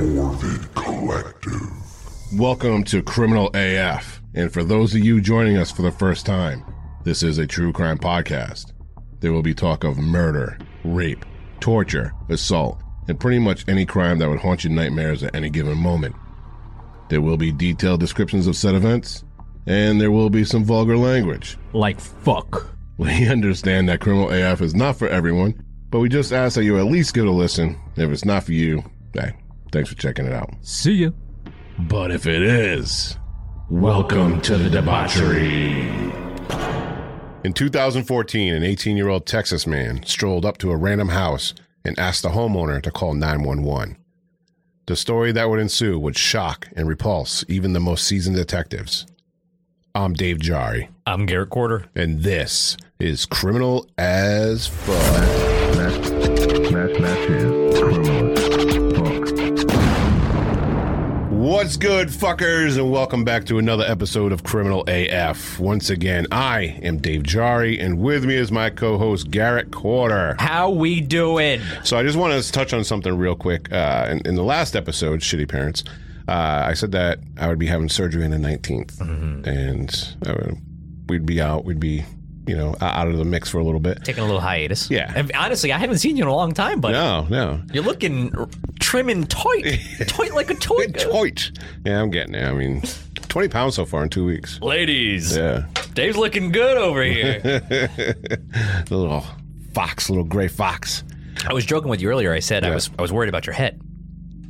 Morbid Collective. Welcome to Criminal AF. And for those of you joining us for the first time, this is a true crime podcast. There will be talk of murder, rape, torture, assault, and pretty much any crime that would haunt your nightmares at any given moment. There will be detailed descriptions of said events, and there will be some vulgar language. Like fuck. We understand that Criminal AF is not for everyone, but we just ask that you at least give it a listen. If it's not for you, hey, thanks for checking it out. See ya. But if it is, welcome to the debauchery. In 2014, an 18 year old Texas man strolled up to a random house and asked the homeowner to call 911. The story that would ensue would shock and repulse even the most seasoned detectives. I'm Dave Jari, I'm Garrett Quarter. and this is Criminal as Fuck. That, that, that is criminal as fuck. What's good, fuckers, and welcome back to another episode of Criminal AF. Once again, I am Dave Jari, and with me is my co host, Garrett Quarter. How we doing? So I just want to touch on something real quick. Uh, in, in the last episode, Shitty Parents, uh, I said that I would be having surgery on the 19th, and uh, we'd be out, we'd be, you know, o- out of the mix for a little bit. Taking a little hiatus. Yeah. And honestly, I haven't seen you in a long time, buddy. No, no. You're looking r- trim and tight. tight like a toy. Good choice. Yeah, I'm getting it. I mean, 20 pounds so far in two weeks. Ladies, Yeah. Dave's looking good over here. The little fox, little gray fox. I was joking with you earlier. I said I was I was worried about your head.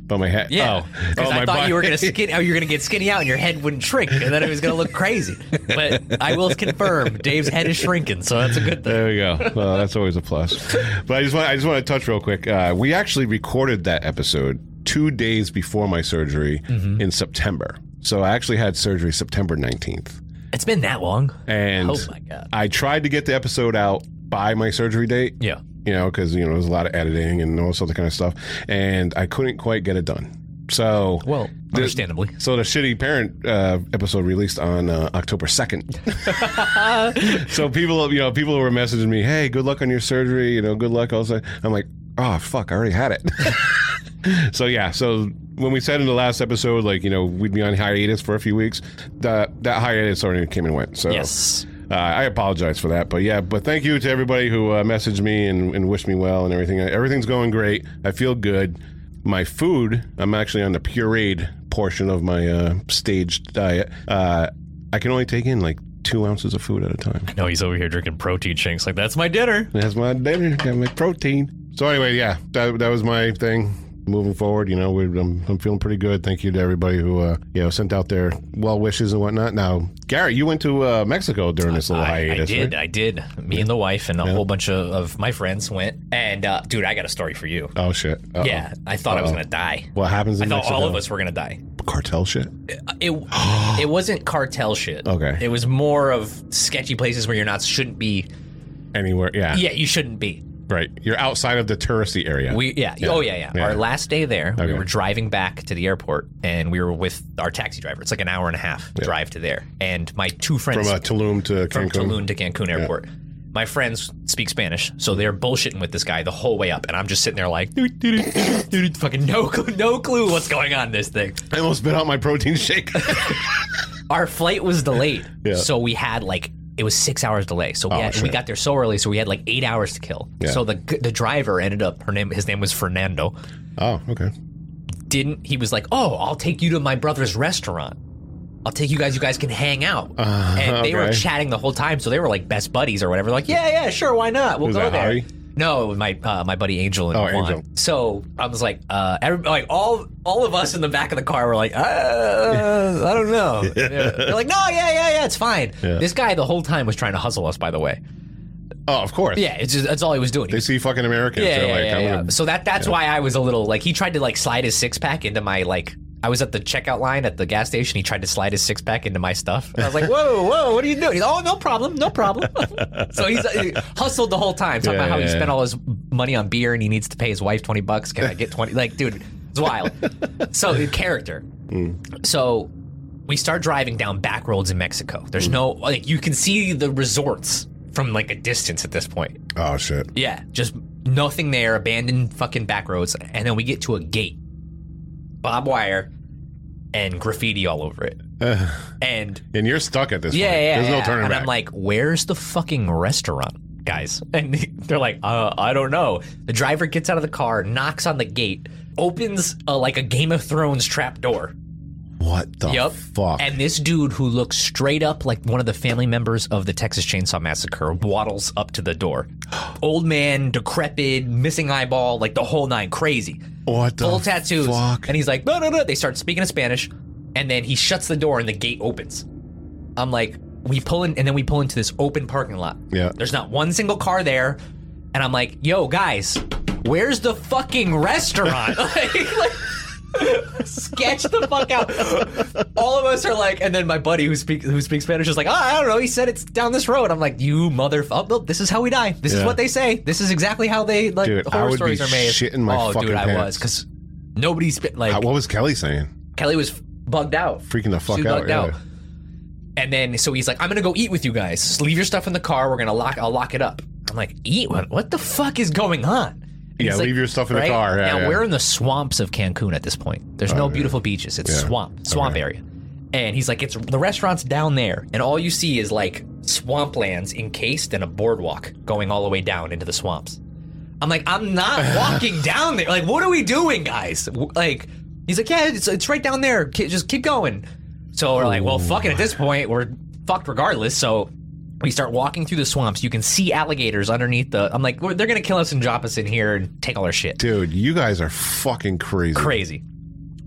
Oh my head. Yeah, Oh, because oh I my thought body. you were gonna skin, oh, you were gonna get skinny out, and your head wouldn't shrink, and then it was gonna look crazy. But I will confirm, Dave's head is shrinking, so that's a good thing. There we go. Well, that's always a plus. But I just want I just want to touch real quick. Uh, we actually recorded that episode two days before my surgery Mm-hmm. in September. So I actually had surgery September nineteenth, It's been that long. and Oh my God. I tried to get the episode out by my surgery date. Yeah. you know, because you know there's a lot of editing and all this other kind of stuff, and I couldn't quite get it done. So Well, understandably. So the shitty parent uh, episode released on uh, October second. so people, you know, people were messaging me, "Hey, good luck on your surgery. You know, good luck." Also, I'm like, "Oh fuck, I already had it." so yeah, so when we said in the last episode, like you know, we'd be on hiatus for a few weeks. That that hiatus already came and went. So Yes. uh, I apologize for that, but yeah, but thank you to everybody who uh, messaged me and, and wished me well and everything. Everything's going great. I feel good. My food, I'm actually on the pureed portion of my uh, staged diet. Uh, I can only take in like two ounces of food at a time. No, he's over here drinking protein shakes. Like that's my dinner. That's my dinner. Got my protein. So anyway, yeah, that, that was my thing. Moving forward, you know, we I'm, I'm feeling pretty good. Thank you to everybody who, uh, you know, sent out their well wishes and whatnot. Now, Garrett, you went to uh, Mexico during this little I, I hiatus. did. right? I did. Me and the wife and a whole bunch of, of my friends went. And uh, dude, I got a story for you. Oh shit. Uh-oh. Yeah, I thought I was gonna die. What happens in I thought Mexico? all of us were gonna die. Cartel shit. It it wasn't cartel shit. Okay. It was more of sketchy places where you're not shouldn't be. Anywhere, yeah, Yeah, you shouldn't be. right. You're outside of the touristy area. We yeah, oh yeah, yeah Yeah. Our last day there, Okay. we were driving back to the airport, and we were with our taxi driver. It's like an hour and a half drive to there, and my two friends from uh, Tulum to from Cancun. Tulum to Cancun Airport. My friends speak Spanish, so they're bullshitting with this guy the whole way up, and I'm just sitting there like, fucking no, clue, no clue what's going on in this thing. I almost spit out my protein shake. Our flight was delayed, Yeah. Oh, so we had like it was six hours delay. So we, had- we shit. got there so early, so we had like eight hours to kill. Yeah. So the the driver ended up her name his name was Fernando. oh, okay. Didn't he was like, oh, I'll take you to my brother's restaurant. I'll take you guys. You guys can hang out. and they were Uh-huh, okay. chatting the whole time, so they were like best buddies or whatever. Like, yeah, yeah, sure, why not? We'll Was go that there. Harry? No, it was my uh, my buddy Angel and Oh, Juan. Angel. So I was like, uh, every, like all all of us in the back of the car were like, uh, I don't know. They're like, no, yeah, yeah, yeah, it's fine. This guy the whole time was trying to hustle us. By the way, Oh, of course. yeah, it's just, that's all he was doing. He They see fucking Americans. yeah, They're yeah, like, yeah, I'm yeah. gonna- So that that's why I was a little like he tried to like slide his six pack into my like I was at the checkout line at the gas station. He tried to slide his six pack into my stuff. And I was like, "Whoa, whoa, what are you doing?" He's, "Oh, no problem, no problem." so he's uh, he hustled the whole time, talking Yeah, about how he yeah, spent yeah. all his money on beer and he needs to pay his wife twenty bucks. Can I get twenty? Like, dude, it's wild. so character. Mm. So we start driving down back roads in Mexico. There's Mm. no like you can see the resorts from like a distance at this point. oh shit. Yeah, just nothing there, abandoned fucking back roads. And then we get to a gate. barbed wire and graffiti all over it. and And you're stuck at this yeah, point. yeah, There's no yeah. turning And back. I'm like, where's the fucking restaurant, guys? And they're like, uh, I don't know. The driver gets out of the car, knocks on the gate, opens uh like a Game of Thrones trap door. what the Yep. fuck? And this dude who looks straight up like one of the family members of the Texas Chainsaw Massacre waddles up to the door. Old man, decrepit, missing eyeball, like the whole nine, crazy. what the Full tattoos. fuck? And he's like, no, no, no. They start speaking in Spanish. And then he shuts the door and the gate opens. I'm like, we pull in, and then we pull into this open parking lot. Yeah. There's not one single car there. And I'm like, yo, guys, where's the fucking restaurant? like, like, sketch the fuck out. All of us are like, and then my buddy who speaks who speaks Spanish is like, oh, I don't know. He said it's down this road. I'm like, you mother. Oh, no, this is how we die. This Yeah. is what they say. This is exactly how they like Dude, I horror would stories be are made. shitting my oh, fucking dude, I pants. was because nobody's been- like Uh, what was Kelly saying? Kelly was bugged out, Freaking the fuck she was out. bugged yeah. out. And then so he's like, I'm gonna go eat with you guys. Just leave your stuff in the car. We're gonna lock. I'll lock it up. I'm like, eat what? What the fuck is going on? And Yeah, he's like, leave your stuff in the right? car, yeah, Oh, now yeah. we're in the swamps of Cancun at this point. There's no beautiful beaches. It's swamp, swamp area. And he's like, it's the restaurant's down there, and all you see is like swamplands encased in a boardwalk going all the way down into the swamps. I'm like, I'm not walking down there. Like, what are we doing, guys? W- Like, he's like, yeah, it's, it's right down there. Ki- Just keep going. So we're like, well, fucking at this point, we're fucked regardless. So we start walking through the swamps. You can see alligators underneath the. I'm like, well, they're gonna kill us and drop us in here and take all our shit. Dude, you guys are fucking crazy. Crazy.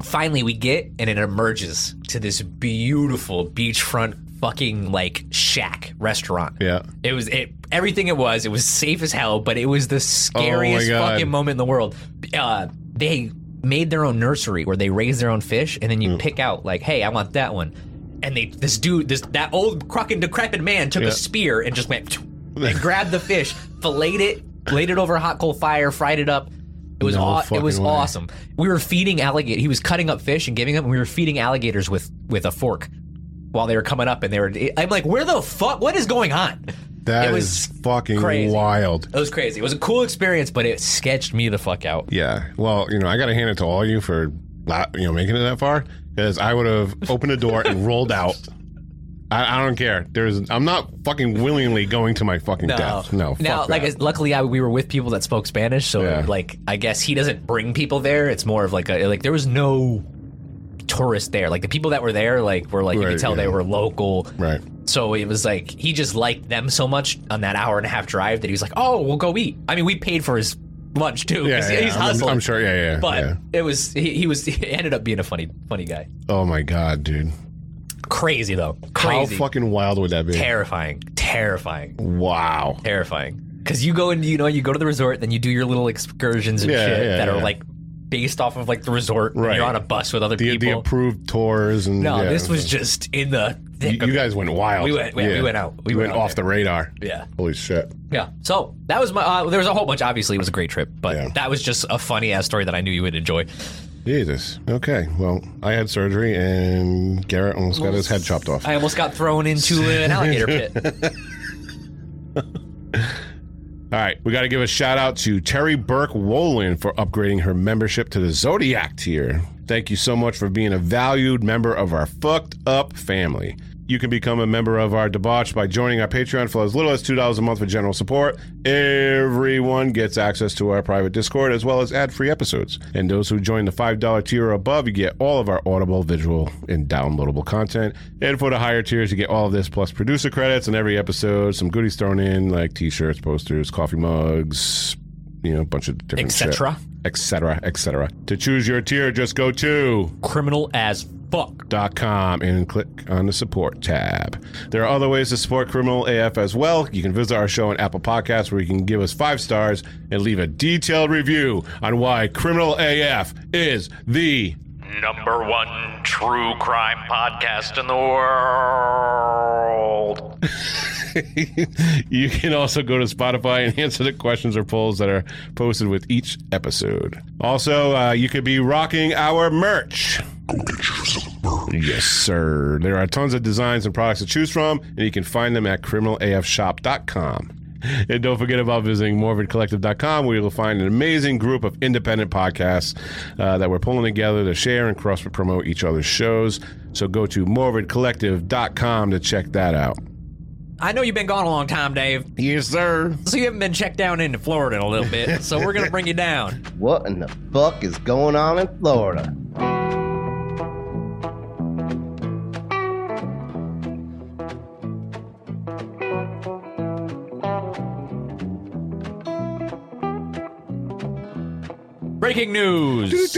Finally, we get and it emerges to this beautiful beachfront fucking like shack restaurant. Yeah. It was it everything it was. It was safe as hell, but it was the scariest Oh God. fucking moment in the world. Uh, they made their own nursery where they raise their own fish, and then Hmm. you pick out like, hey, I want that one. And they this dude this that old crockin' decrepit man took Yeah. a spear and just went and grabbed the fish, filleted it, laid it over a hot coal fire, fried it up. It was No aw- it was fucking way. awesome. We were feeding alligator. He was cutting up fish and giving them. and We were feeding alligators with with a fork while they were coming up, and they were. I'm like, where the fuck? What is going on? That is It was fucking crazy. wild. It was crazy. It was a cool experience, but it sketched me the fuck out. Yeah. Well, you know, I got to hand it to all you for not, you know, making it that far because I would have opened a door and rolled out. I, I don't care. There's, I'm not fucking willingly going to my fucking death. No. fuck Now, like, that. it's- luckily, I, we were with people that spoke Spanish, so Yeah. like, I guess he doesn't bring people there. It's more of like a like there was no tourist there. Like the people that were there, like were like you Right, could tell yeah. they were local. right. So it was like he just liked them so much on that hour and a half drive that he was like, "Oh, we'll go eat." I mean, we paid for his lunch too. Yeah. 'cause yeah, he's I'm, hustling. I'm sure. Yeah. Yeah. But yeah. it was he, he was he ended up being a funny funny guy. Oh my God, dude. Crazy though. How Crazy. fucking wild would that be? terrifying. Terrifying. wow. Terrifying. Because you go and you know you go to the resort, then you do your little excursions and Yeah, shit yeah, that yeah. are like based off of like the resort. and Right. You're on a bus with other The, the people. approved tours and no, yeah. this was just in the. You, Thick you of it. guys went wild. We went- yeah, we went out. We You went went out off there. the radar. yeah. Holy shit. Yeah. So that was my. Uh, there was a whole bunch. Obviously, it was a great trip, but Yeah. that was just a funny ass story that I knew you would enjoy. Jesus. Okay. Well, I had surgery and Garrett almost got his head chopped off. I almost got thrown into an alligator pit. All right, we got to give a shout out to Terry Burke Wolin for upgrading her membership to the Zodiac tier. Thank you so much for being a valued member of our fucked up family. You can become a member of our debauch by joining our Patreon for as little as $2 a month for general support. Everyone gets access to our private Discord as well as ad free episodes. And those who join the $5 tier or above, you get all of our audible, visual, and downloadable content. And for the higher tiers, you get all of this plus producer credits and every episode, some goodies thrown in like t shirts, posters, coffee mugs, you know, a bunch of different shit. Etc. Etc. Etc. To choose your tier, just go to Criminal as fuck. criminalaff.com and click on the support tab. There are other ways to support Criminal AF as well. You can visit our show on Apple Podcasts where you can give us five stars and leave a detailed review on why Criminal AF is the number one true crime podcast in the world. you can also go to Spotify and answer the questions or polls that are posted with each episode. Also, uh, you could be rocking our merch. Yes, sir. There are tons of designs and products to choose from, and you can find them at criminalafshop.com. And don't forget about visiting morbidcollective.com where you'll find an amazing group of independent podcasts uh, that we're pulling together to share and cross promote each other's shows. So go to morbidcollective.com to check that out. I know you've been gone a long time, Dave, Yes, sir. so you haven't been checked down into Florida in a little bit. So we're gonna bring you down. What in the fuck is going on in Florida? Breaking news.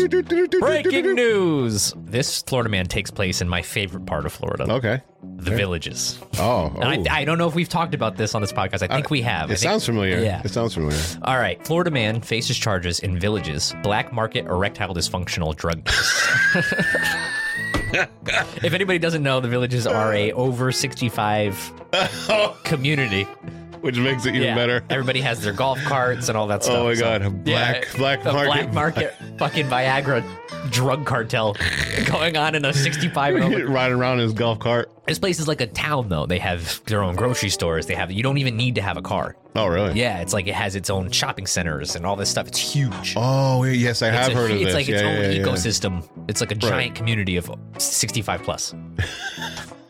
Breaking news. This Florida man takes place in my favorite part of Florida, Okay. the villages. Oh, oh. Uh, And I, I don't know if we've talked about this on this podcast. I think we have. I it think- sounds familiar. Yeah. It sounds familiar. All right. Florida man faces charges in villages, black market erectile dysfunctional drug use. if anybody doesn't know, the villages are a over 65 community. Which makes it even better. Everybody has their golf carts and all that stuff. Oh my so- God. a Yeah, Black, black a market. black market fucking Viagra drug cartel going on in a 65 and over. Riding around in his golf cart. This place is like a town though. They have their own grocery stores. They have you don't even need to have a car. Oh, really? Yeah, it's like it has its own shopping centers and all this stuff. It's huge. Oh, yeah, yes, I have it's a- heard of it's this. like its Yeah, own yeah, yeah. ecosystem. It's like a giant community of 65 plus.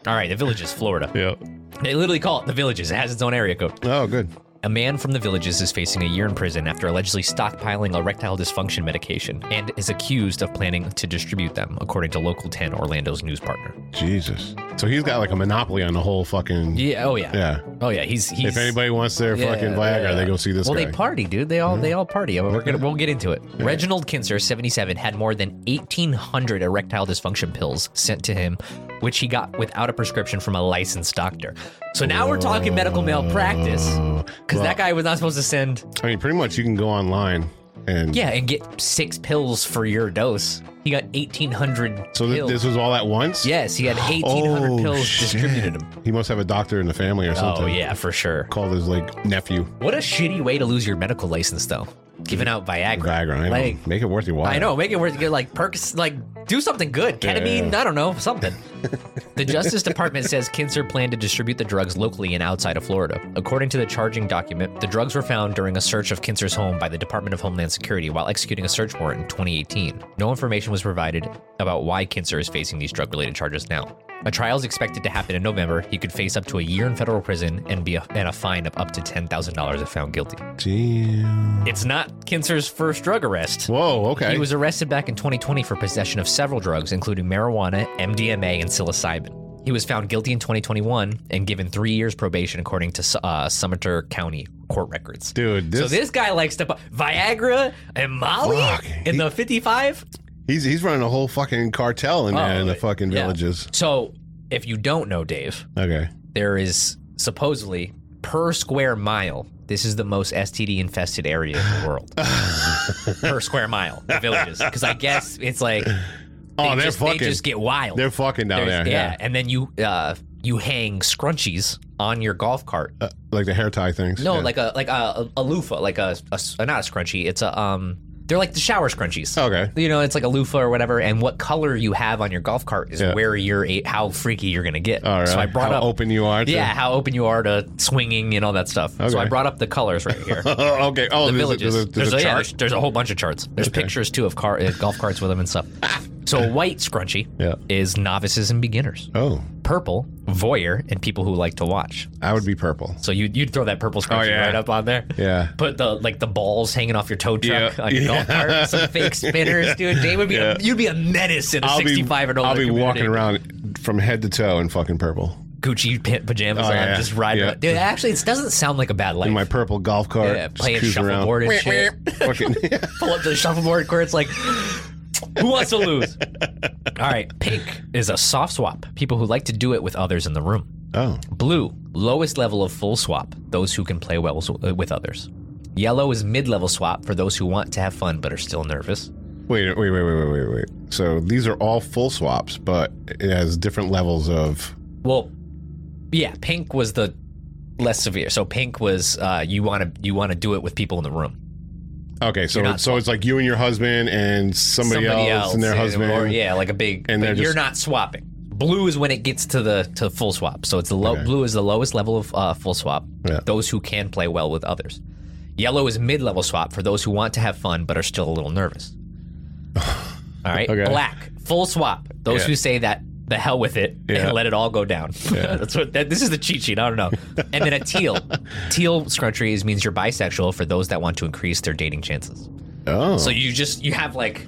All right, the villages, Florida. Yeah. They literally call it the villages. It has its own area code. Oh, good. A man from the villages is facing a year in prison after allegedly stockpiling erectile dysfunction medication and is accused of planning to distribute them, according to Local 10 Orlando's news partner. Jesus. So he's got like a monopoly on the whole fucking. Yeah. Oh yeah. Yeah. Oh yeah. He's he's. If anybody wants their Yeah, fucking Viagra, yeah. they go see this well, guy. they party, dude. They all they all party. We're gonna, we'll get into it. Reginald Kinzer, 77, had more than 1,800 erectile dysfunction pills sent to him, which he got without a prescription from a licensed doctor. So now we're talking medical malpractice Oh. because that guy was not supposed to send. I mean, pretty much you can go online and. Yeah, and get six pills for your dose. He got 1,800 So th- pills. this was all at once? yes, he had 1,800 pills distributed to him. Oh, He must have a doctor in the family or something. Oh yeah, for sure. Called his like nephew What a shitty way to lose your medical license, though. Giving out Viagra. Viagra. I know. Like, Make it worth your while. I know, make it worth it. Like perks, like do something good. Ketamine, I don't know, something. the Justice Department says Kinzer planned to distribute the drugs locally and outside of Florida. According to the charging document, the drugs were found during a search of Kinzer's home by the Department of Homeland Security while executing a search warrant in 2018. No information was provided about why Kinzer is facing these drug-related charges now. A trial is expected to happen in November. He could face up to a year in federal prison and be a, and a fine of up to ten thousand dollars if found guilty. Damn. It's not Kinzer's first drug arrest. Whoa. Okay. He was arrested back in 2020 for possession of several drugs, including marijuana, MDMA, and psilocybin. He was found guilty in 2021 and given three years probation, according to uh, Sumter County court records. Dude, this, so this guy likes to bu- Viagra and Molly Fuck. in the 55. he's he's running a whole fucking cartel in, there in the Oh, fucking yeah. villages. So if you don't know, Dave, Okay. there is supposedly per square mile. This is the most STD infested area in the world per square mile. The villages, because I guess it's like Oh, they they're just, fucking. They just get wild. They're fucking down There's- there. yeah. Oh, Yeah. and then you uh, you hang scrunchies on your golf cart. Uh, like the hair tie things. No, Yeah. like a like a, a loofah, like a, a s- uh, not a scrunchie. It's a um, they're like the shower scrunchies. Okay. You know, it's like a loofah or whatever, and what color you have on your golf cart is Yeah. where you're a, how freaky you're gonna get. All right. So I brought How up open you are. To, yeah how open you are to swinging and all that stuff. So I Okay. brought up the colors right here. okay. Oh, the there's villages. A, there's a, there's a yeah, chart. there's, there's a whole bunch of charts. There's pictures too of car uh, golf carts with them and stuff. So a white scrunchie Yeah. is novices and beginners. Oh, purple, voyeur, and people who like to watch. I would be purple. So you you'd throw that purple scrunchie Oh, yeah. right up on there. Yeah. Put the like the balls hanging off your tow truck Yeah. on your Yeah. golf cart, some fake spinners, dude. They would be a, you'd be a menace in a I'll be, 65 and older. I'll be community. walking around from head to toe in fucking purple Gucci pa- pajamas Oh, on, yeah. just riding. Yeah. around. Dude, actually, it doesn't sound like a bad life. in my purple golf cart. Yeah, just playing cruising around. shuffleboard and Meep, shit. meep. Fucking, Pull up to the shuffleboard court. It's like, who wants to lose? All right, pink is a soft swap. People who like to do it with others in the room. oh, Blue, lowest level of full swap, those who can play well uh, with others. Yellow is mid level swap for those who want to have fun but are still nervous. wait, wait, wait, wait, wait, wait, wait. So these are all full swaps, but it has different levels of. Well, yeah, pink was the less severe. So pink was uh, you want to you want to do it with people in the room. Okay, so not so it's like you and your husband and somebody, else, and their or- husband. yeah, like a big. And but they're you're just- not swapping. Blue is when it gets to the to full swap. So it's the low. Okay. Blue is the lowest level of uh, full swap. Yeah. Those who can play well with others. Yellow is mid level swap for those who want to have fun but are still a little nervous. All right. Okay. Black full swap. Those Yeah. who say that the hell with it Yeah. and let it all go down. That's what that, this is the cheat sheet. I don't know. And then a teal. teal scrunchies means you're bisexual for those that want to increase their dating chances. Oh, So you just you have like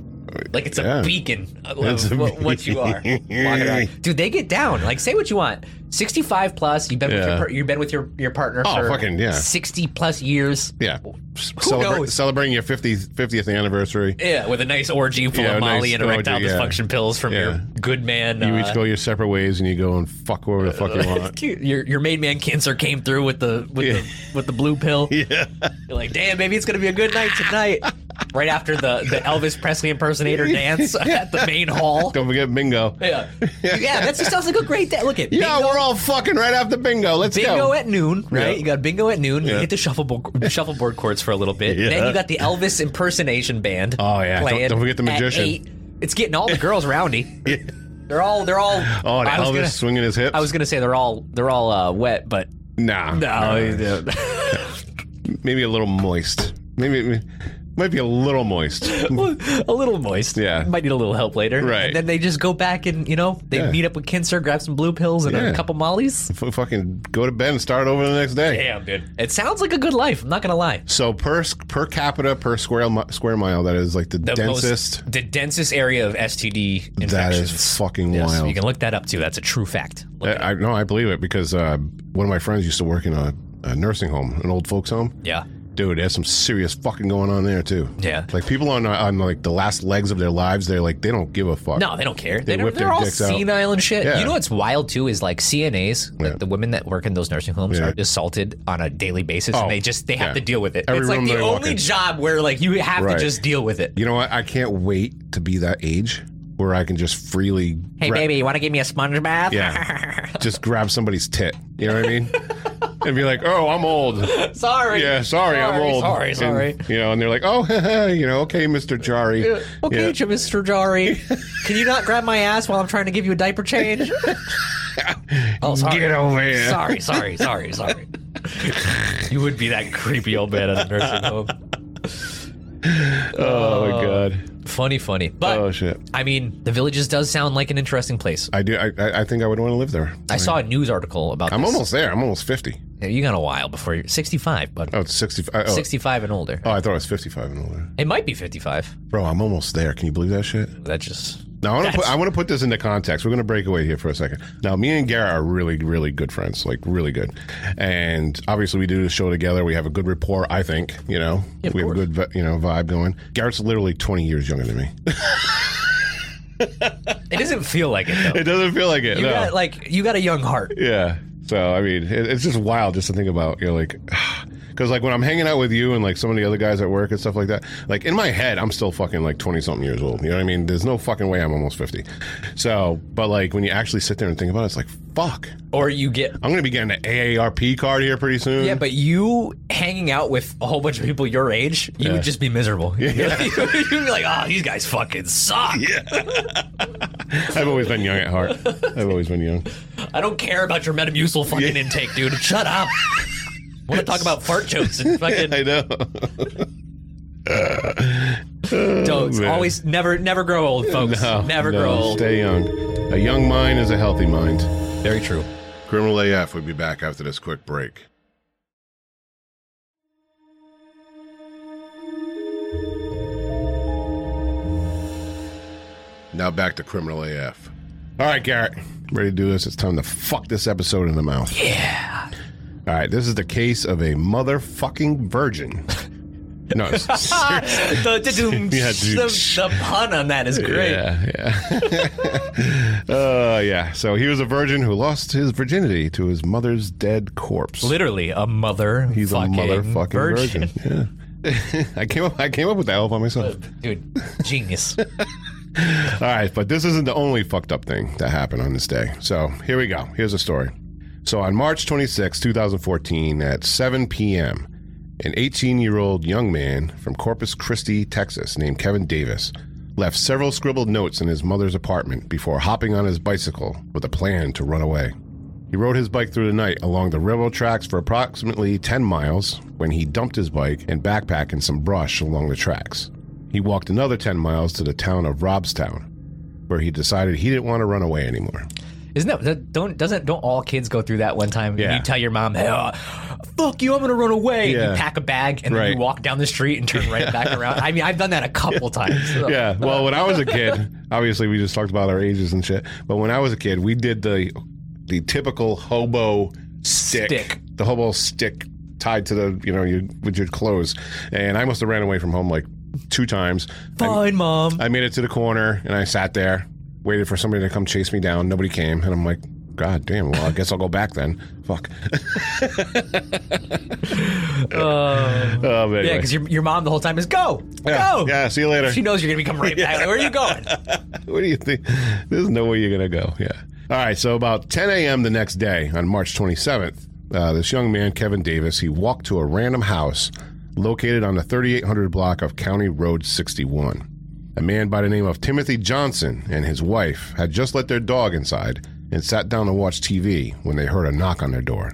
like it's a Yeah. beacon of It's a what, what you are. walking around. Dude, they get down. Like say what you want. 65 plus, you've been with Yeah. your par- you've been with your your partner Oh, for fucking, yeah. 60 plus years. yeah. Celebra- knows? Celebrating your 50th, 50th anniversary. Yeah, with a nice orgy full Yeah, a of Molly nice and erectile orgy, yeah. dysfunction pills from Yeah. your good man. You uh, each go your separate ways and you go and fuck whoever the fuck you It's want. cute. Your your made man cancer came through with the with Yeah. the with the blue pill. Yeah. You're like, damn, baby, it's gonna be a good night tonight. right after the the Elvis Presley impersonator dance at the main hall. Don't forget bingo. Yeah, yeah, that just sounds like a great day. Look at Yeah, bingo, we're all fucking right after bingo. Let's bingo go. at noon, right? Yeah. You got bingo at noon. Yeah. You hit the shuffleboard shuffleboard chords for a little bit. Yeah. Then you got the Elvis impersonation band. Oh, yeah. Don't- playing don't forget the at magician. eight. It's getting all the girls roundy. They're all they're all. oh, and I was Elvis gonna- swinging his hips. I was gonna say they're all they're all uh, wet, but nah, no, nah. maybe a little moist. Maybe it might be a little moist. a little moist. Yeah. might need a little help later. Right. And then they just go back and you know they Yeah. meet up with Kinser, grab some blue pills and Yeah. a couple mollies. F- fucking go to bed and start over the next day. Damn, dude, it sounds like a good life. I'm not gonna lie. So per s- per capita per square mi- square mile, that is like the, The most- densest. the densest area of STD infections. That is fucking Yes, wild. You can look that up too. That's a true fact. Look it up. I, I no, I believe it because uh, one of my friends used to work in a, a nursing home, an old folks home. yeah. Dude, there's some serious fucking going on there too. Yeah. Like people on uh, on like the last legs of their lives, they're like they don't give a fuck. No, they don't care. They whip are their all dicks out. senile and shit. Yeah. You know what's wild too is like CNAs, like Yeah. the women that work in those nursing homes, Yeah. are assaulted on a daily basis, Oh, and they just they have yeah. to deal with it. Every it's like room the they walk only in. job where like you have Right. to just deal with it. You know what? I can't wait to be that age where I can just freely Hey gra- baby, you want to give me a sponge bath? Yeah. just grab somebody's tit. You know what I mean? and be like, "Oh, I'm old." sorry. Yeah, sorry, I'm old. Sorry, And, sorry. you know, and they're like, "Oh, you know, okay, Mr. Jari." Okay, Yeah. Mr. Jari, can you not grab my ass while I'm trying to give you a diaper change? oh, sorry. Get over here. Sorry, sorry, sorry, sorry. you would be that creepy old man at the nursing home. Oh my god. Funny, funny. But Oh shit. I mean, the villages does sound like an interesting place. I do. I, I I think I would want to live there. I saw a news article about. I'm this. almost there. I'm almost 50. Yeah, You got a while before you're 65, but Oh, it's 65. Oh, 65 and older. oh, I thought it was 55 and older. It might be 55. Bro, I'm almost there. Can you believe that shit? That just Now, I want to put I want to put this into context. We're going to break away here for a second. Now, me and Gara are really, really good friends, like really good, and obviously we do the show together. We have a good rapport. I think you know Yeah, of we have a course. good vi- you know vibe going. Garrett's literally twenty years younger than me. it doesn't feel like it though. it doesn't feel like it. You no. got like you got a young heart. yeah. So I mean, it, it's just wild just to think about. You're like. Because like when I'm hanging out with you and like some of the other guys at work and stuff like that, like in my head I'm still fucking like 20 something years old. You know what I mean? There's no fucking way I'm almost 50. So, but like when you actually sit there and think about it, it's like fuck. Or you get I'm gonna be getting an AARP card here pretty soon. Yeah, but you hanging out with a whole bunch of people your age, you Yeah. would just be miserable. Yeah. You'd be like, oh, these guys fucking suck. I've always been young at heart. I've always been young. I don't care about your Metamucil fucking intake, dude. Shut up. want to talk about fart jokes and fucking I know. don'ts. Oh, man. Always never never grow old, folks. never grow old. Stay young. A young mind is a healthy mind. Very true. Criminal AF will be back after this quick break. Now back to Criminal AF. All right, Garrett. Ready to do this? It's time to fuck this episode in the mouth. Yeah. All right, this is the case of a motherfucking virgin. No, it's- Ah, the, the, Yeah, the, dude. the pun on that is great. Yeah, yeah. uh, yeah. So he was a virgin who lost his virginity to his mother's dead corpse. Literally a mother. He's a fucking motherfucking virgin. Yeah. I came up. I came up with that all by myself. Dude, genius. All right, but this isn't the only fucked up thing that happened on this day. So here we go. Here's the story. So on March 26, 2014, at 7 p.m., an 18 year old young man from Corpus Christi, Texas, named Kevin Davis, left several scribbled notes in his mother's apartment before hopping on his bicycle with a plan to run away. He rode his bike through the night along the railroad tracks for approximately 10 miles when he dumped his bike and backpack in some brush along the tracks. He walked another 10 miles to the town of Robstown, where he decided he didn't want to run away anymore. Isn't that- that don't doesn't don't all kids go through that one time? Yeah. You tell your mom, hey, uh, "Fuck you, I'm gonna run away." Yeah. You pack a bag and then Right. you walk down the street and turn right back around. I mean, I've done that a couple times. Yeah. Well, when I was a kid, obviously we just talked about our ages and shit. But when I was a kid, we did the the typical hobo stick, Stick. the hobo stick tied to the you know you, with your clothes. And I must have ran away from home like two times. I, Fine, mom. I made it to the corner and I sat there, waited for somebody to come chase me down. Nobody came, and I'm like. God damn. Well, I guess I'll go back then. Fuck. Uh, Oh, man. yeah, because your, your mom the whole time is go, yeah, go. yeah, see you later. "Oh, She knows you're gonna be coming right back. Like, Where are you going? What do you think? There's no way you're going to go. Yeah. All right. So about 10 a.m. the next day, on March 27th, uh, this young man, Kevin Davis, he walked to a random house located on the 3800 block of County Road 61. A man by the name of Timothy Johnson and his wife had just let their dog inside and sat down to watch TV when they heard a knock on their door.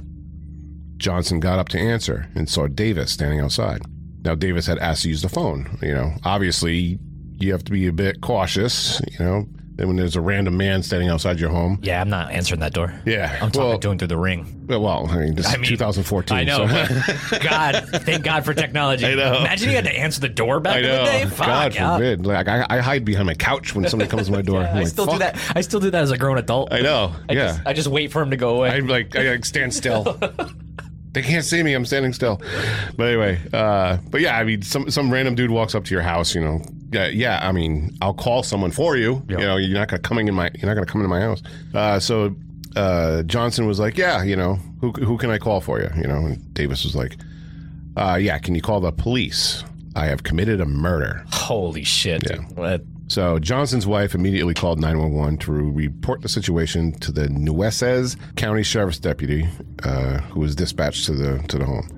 Johnson got up to answer and saw Davis standing outside. Now, Davis had asked to use the phone. You know, obviously, you have to be a bit cautious, you know, than when there's a random man standing outside your home. Yeah, I'm not answering that door. Yeah. I'm talking well, to him through the ring. well, I mean, this I is mean, 2014. I know. so- but God, thank God for technology. I know. Imagine you had to answer the door back I know. in the day. Fuck, God yeah. forbid. Like, I, I hide behind my couch when somebody comes to my door. I'm I like, still "Fuck." do that. I still do that as a grown adult. I know. I yeah. Just, I just wait for him to go away. I like I like stand still. they can't see me. I'm standing still. But anyway, uh, but yeah, I mean, some some random dude walks up to your house. You know, yeah, yeah. I mean, I'll call someone for you. You know, you're not gonna coming in my you're not gonna come into my house. Uh, so uh, Johnson was like, yeah, you know, who who can I call for you? You know, and Davis was like, uh, yeah, can you call the police? I have committed a murder. Holy shit. Yeah. dude. That- So Johnson's wife immediately called 911 to report the situation to the Nueces County Sheriff's deputy, uh, who was dispatched to the to the home.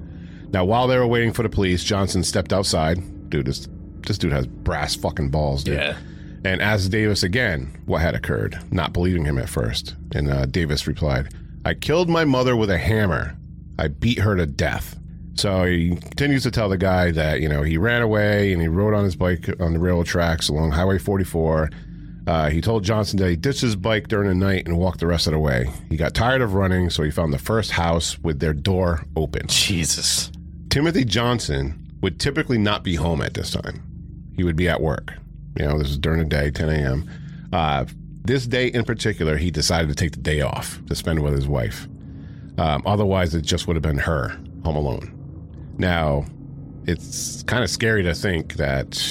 Now, while they were waiting for the police, Johnson stepped outside. Dude, this this dude has brass fucking balls, dude. Yeah. And asked Davis again what had occurred, not believing him at first. And uh, Davis replied, "I killed my mother with a hammer. I beat her to death." So he continues to tell the guy that you know he ran away and he rode on his bike on the railroad tracks along Highway 44. Uh, he told Johnson that he ditched his bike during the night and walked the rest of the way. He got tired of running, so he found the first house with their door open. Jesus. Timothy Johnson would typically not be home at this time. He would be at work. You know, this is during the day, 10 a.m. Uh, this day in particular, he decided to take the day off to spend with his wife. Um, otherwise, it just would have been her home alone. Now, it's kind of scary to think that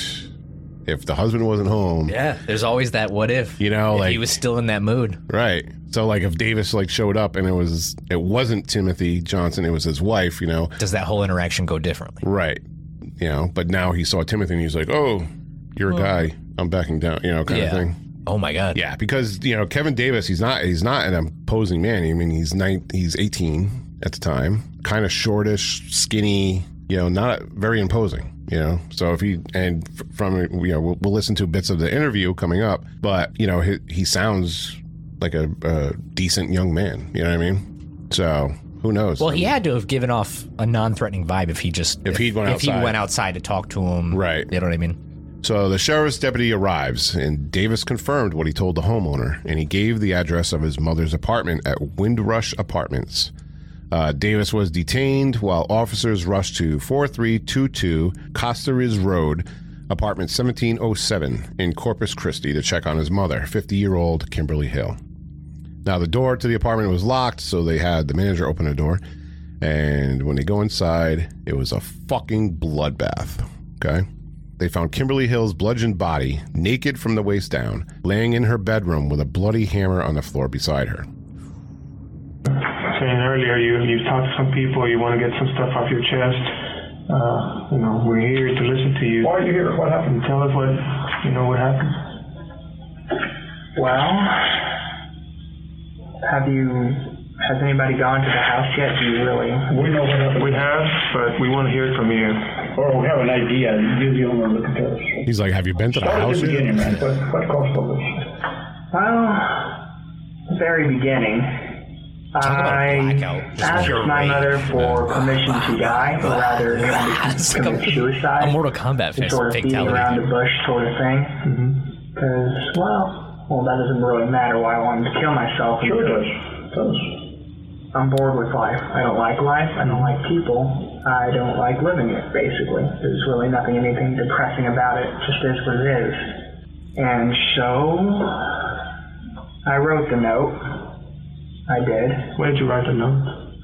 if the husband wasn't home, Yeah. There's always that what if. you know, If like he was still in that mood. Right. So like if Davis like showed up and it was it wasn't Timothy Johnson, it was his wife, you know. Does that whole interaction go differently? Right. You know, but now he saw Timothy and he's like, "Oh, you're a guy. I'm backing down," you know, kind Yeah. of thing. Oh my God. Yeah, because you know Kevin Davis, he's not he's not an imposing man. I mean, he's nine, he's eighteen at the time, kind of shortish, skinny. You know, not very imposing. You know, so if he and f- from you know we'll, we'll listen to bits of the interview coming up, but you know he, he sounds like a, a decent young man. You know what I mean? So who knows? Well, he had to have given off a non-threatening vibe if he just If he'd went if outside. he went outside to talk to him. Right. You know what I mean? So the sheriff's deputy arrives, and Davis confirmed what he told the homeowner, and he gave the address of his mother's apartment at Windrush Apartments. Uh, Davis was detained while officers rushed to 4322 Costa Riz Road, apartment 1707 in Corpus Christi to check on his mother, 50 year old Kimberly Hill. Now, the door to the apartment was locked, so they had the manager open the door. And when they go inside, it was a fucking bloodbath. Okay. They found Kimberly Hill's bludgeoned body, naked from the waist down, laying in her bedroom with a bloody hammer on the floor beside her. saying earlier, you you talk to some people, you want to get some stuff off your chest. Uh, you know, we're here to listen to you. Why are you here? What happened? Tell us what you know. What happened? Well, have you Has anybody gone to the house yet? Do you really? We know what happened. We have, but we want to hear it from you. Or we have an idea. You're the only one that can tell us. He's like, have you been to Oh, the Start at house? the yet?" beginning, man. What, what caused all this? Well, very beginning. about I blackout. Just asked pure my rage. mother for permission to die, or rather, It's like permission to a- commit suicide. a Mortal Kombat and fist sort of beating around fatality. the bush sort of thing. Mm-hmm. Because, well, well, that doesn't really matter why I wanted to kill myself. Sure does. Does. I'm bored with life. I don't like life. I don't like people. I don't like living it, basically. There's really nothing, anything depressing about it. It just is what it is. And so, I wrote the note. I did. Where did you write the note?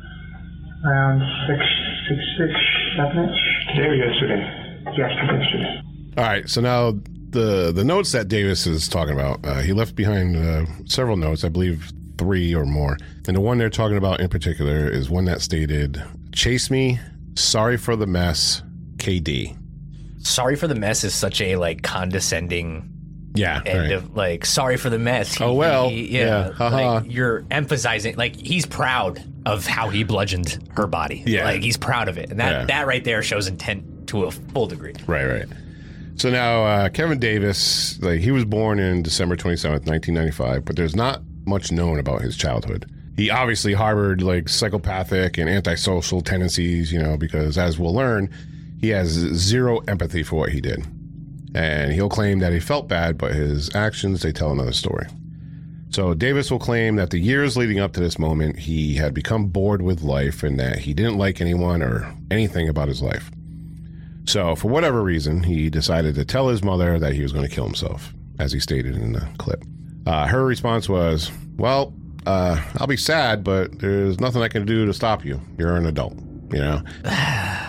Around six, six, six, seven-ish? Today or yesterday? Yesterday. Yesterday. All right, so now the the notes that Davis is talking about, uh, he left behind uh, several notes, I believe three or more, and the one they're talking about in particular is one that stated, "Chase me, sorry for the mess, KD." Sorry for the mess is such a like condescending Yeah, end right. of like sorry for the mess. Oh, well. Yeah, haha. Like, you're emphasizing like he's proud of how he bludgeoned her body. Yeah. like he's proud of it, and that Yeah. that right there shows intent to a full degree. Right, right. So now uh, Kevin Davis, like he was born in December 27th, 1995, but there's not much known about his childhood. He obviously harbored like psychopathic and antisocial tendencies, you know, because as we'll learn, he has zero empathy for what he did. And he'll claim that he felt bad, but his actions, they tell another story. So Davis will claim that the years leading up to this moment, he had become bored with life and that he didn't like anyone or anything about his life. So, for whatever reason, he decided to tell his mother that he was going to kill himself, as he stated in the clip. Uh, her response was, Well, uh, I'll be sad, but there's nothing I can do to stop you. You're an adult, you know?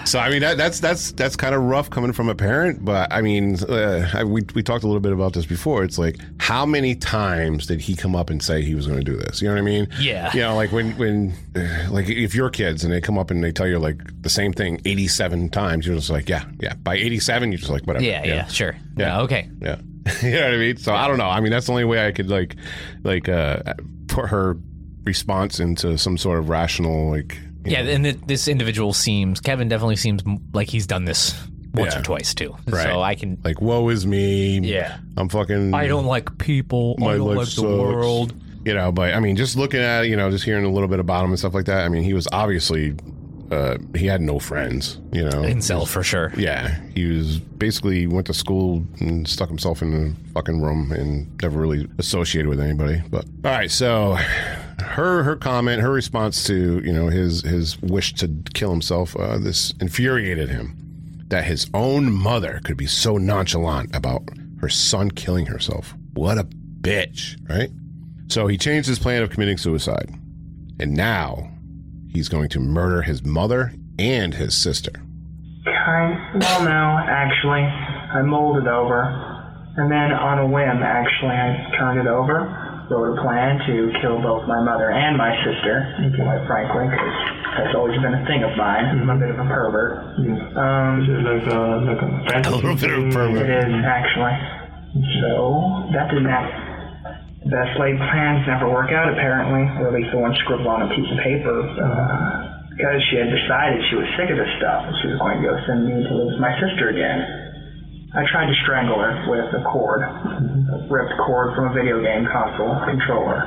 so, I mean, that, that's that's that's kind of rough coming from a parent, but I mean, uh, I, we, we talked a little bit about this before. It's like, how many times did he come up and say he was going to do this? You know what I mean? Yeah. You know, like when, when, uh, like if your kids and they come up and they tell you like the same thing 87 times, you're just like, yeah, yeah. By 87, you're just like, whatever. Yeah, yeah, sure. Yeah. Yeah, okay. Yeah. you know what I mean? So I don't know. I mean, that's the only way I could like, like, uh, put her response into some sort of rational, like, you Yeah, know. and th- this individual seems Kevin definitely seems m- like he's done this once Yeah. or twice too. Right. So I can. like, woe is me. Yeah. I'm fucking. I don't like people. My I don't life like sucks. the world. you know but i mean just looking at it, you know just hearing a little bit about him and stuff like that i mean he was obviously uh he had no friends you know Incel for sure. yeah he was basically went to school and stuck himself in a fucking room and never really associated with anybody but all right so her her comment her response to you know his his wish to kill himself uh, this infuriated him that his own mother could be so nonchalant about her son killing herself what a bitch right so he changed his plan of committing suicide. And now he's going to murder his mother and his sister. Kind, well, no, actually, I molded over, and then on a whim, actually, I turned it over, wrote a plan to kill both my mother and my sister, Mm-hmm. quite frankly, 'cause that's always been a thing of mine. I'm a bit of a pervert. Is Um, it Mm-hmm. like a, like a Mm-hmm. fantasy? A little bit of it thing? pervert. is actually. So that didn't happen. The best laid plans never work out, apparently, or at least the one scribbled on a piece of paper. Uh, because she had decided she was sick of this stuff and she was going to go send me to live with my sister again. I tried to strangle her with a cord, Mm-hmm. a ripped cord from a video game console controller.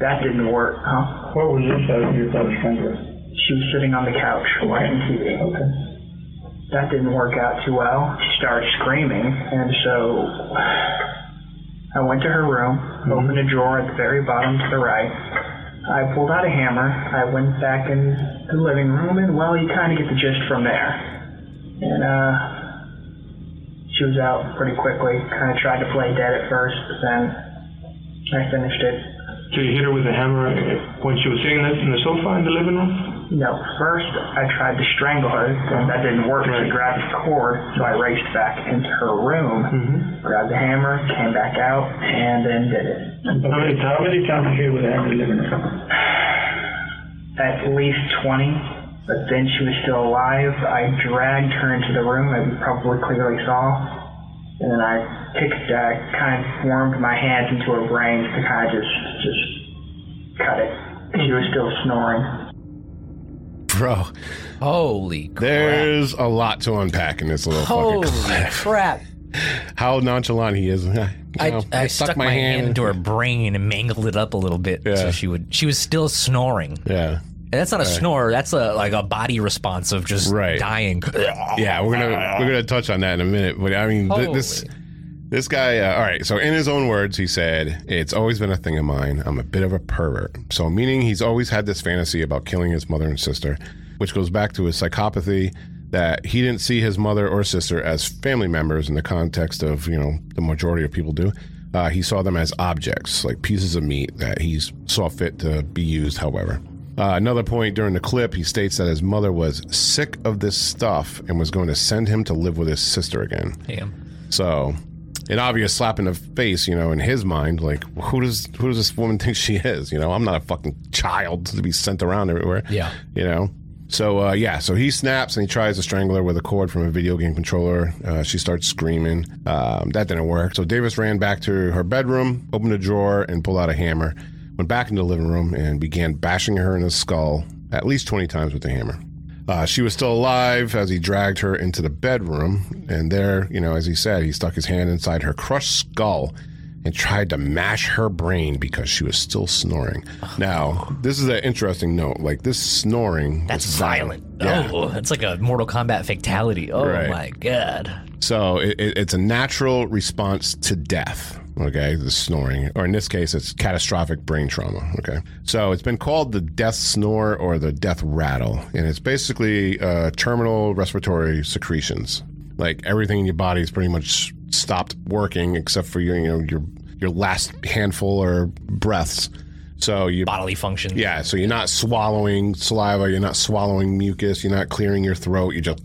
That didn't work, huh? What was this out of your brother's finger? She was sitting on the couch watching TV. Okay. That didn't work out too well. She started screaming, and so I went to her room, opened a drawer at the very bottom to the right. I pulled out a hammer. I went back in the living room, and well, you kind of get the gist from there. And uh, she was out pretty quickly. Kind of tried to play dead at first, but then I finished it. So you hit her with a hammer uh, when she was sitting in the sofa in the living room? No, first I tried to strangle her, and that didn't work. She Right. grabbed the cord, so I raced back into her room, Mm-hmm. grabbed the hammer, came back out, and then did it. How many, how many times did you hit her with a hammer in the living room? At least 20, but then she was still alive. I dragged her into the room, as you probably clearly saw, and then I uh, picked, I kind of formed my hands into her brains to kind of just, just cut it. She was still snoring. Bro, Holy crap. there's a lot to unpack in this little Holy fucking clip. crap. How nonchalant he is. You know, I, I stuck, my, hand, into her brain and mangled it up a little bit Yeah. so she would she was still snoring. Yeah. And that's not a snore, that's a like a body response of just Right. dying. Yeah, we're gonna we're gonna touch on that in a minute. But I mean, th- this Holy. this guy. Uh, all right. So in his own words, he said, "It's always been a thing of mine. I'm a bit of a pervert." So meaning he's always had this fantasy about killing his mother and sister, which goes back to his psychopathy that he didn't see his mother or sister as family members in the context of you know the majority of people do. Uh, he saw them as objects, like pieces of meat that he saw fit to be used. However. Uh, another point during the clip, he states that his mother was sick of this stuff and was going to send him to live with his sister again. Damn. So, an obvious slap in the face, you know, in his mind. Like, who does who does this woman think she is? You know, I'm not a fucking child to be sent around everywhere. Yeah. You know. So uh, yeah, so he snaps and he tries to strangle her with a cord from a video game controller. Uh, she starts screaming. Um, that didn't work. So Davis ran back to her bedroom, opened a drawer, and pulled out a hammer. Went back into the living room and began bashing her in the skull at least twenty times with the hammer. Uh, she was still alive as he dragged her into the bedroom. And there, you know, as he said, he stuck his hand inside her crushed skull and tried to mash her brain because she was still snoring. Oh, Now, this is an interesting note. Like, this snoring. was That's violent. Yeah. Oh, that's like a Mortal Kombat fatality. Oh Right. my god. So it, it, it's a natural response to death. Okay, the snoring, or in this case, it's catastrophic brain trauma. Okay, so it's been called the death snore or the death rattle, and it's basically uh, terminal respiratory secretions. Like everything in your body is pretty much stopped working except for your, you know, your your last handful or breaths. So you Bodily function. yeah, so you're not swallowing saliva, you're not swallowing mucus, you're not clearing your throat, you just,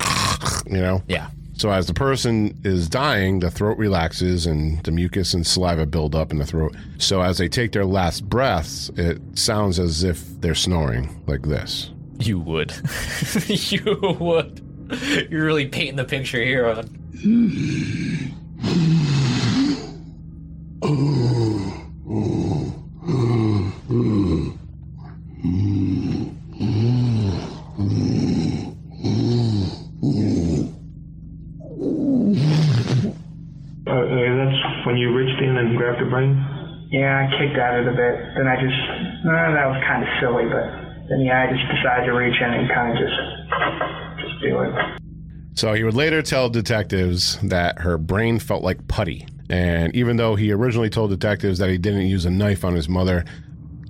you know? Yeah. So as the person is dying, the throat relaxes and the mucus and saliva build up in the throat. So as they take their last breaths, it sounds as if they're snoring like this. You would. you would. You're really painting the picture here on Uh, uh, that's when you reached in and grabbed the brain? Yeah, I kicked at it a bit. Then I just, nah, that was kind of silly, but then yeah, I just decided to reach in and kind of just, just do it. So he would later tell detectives that her brain felt like putty. And even though he originally told detectives that he didn't use a knife on his mother,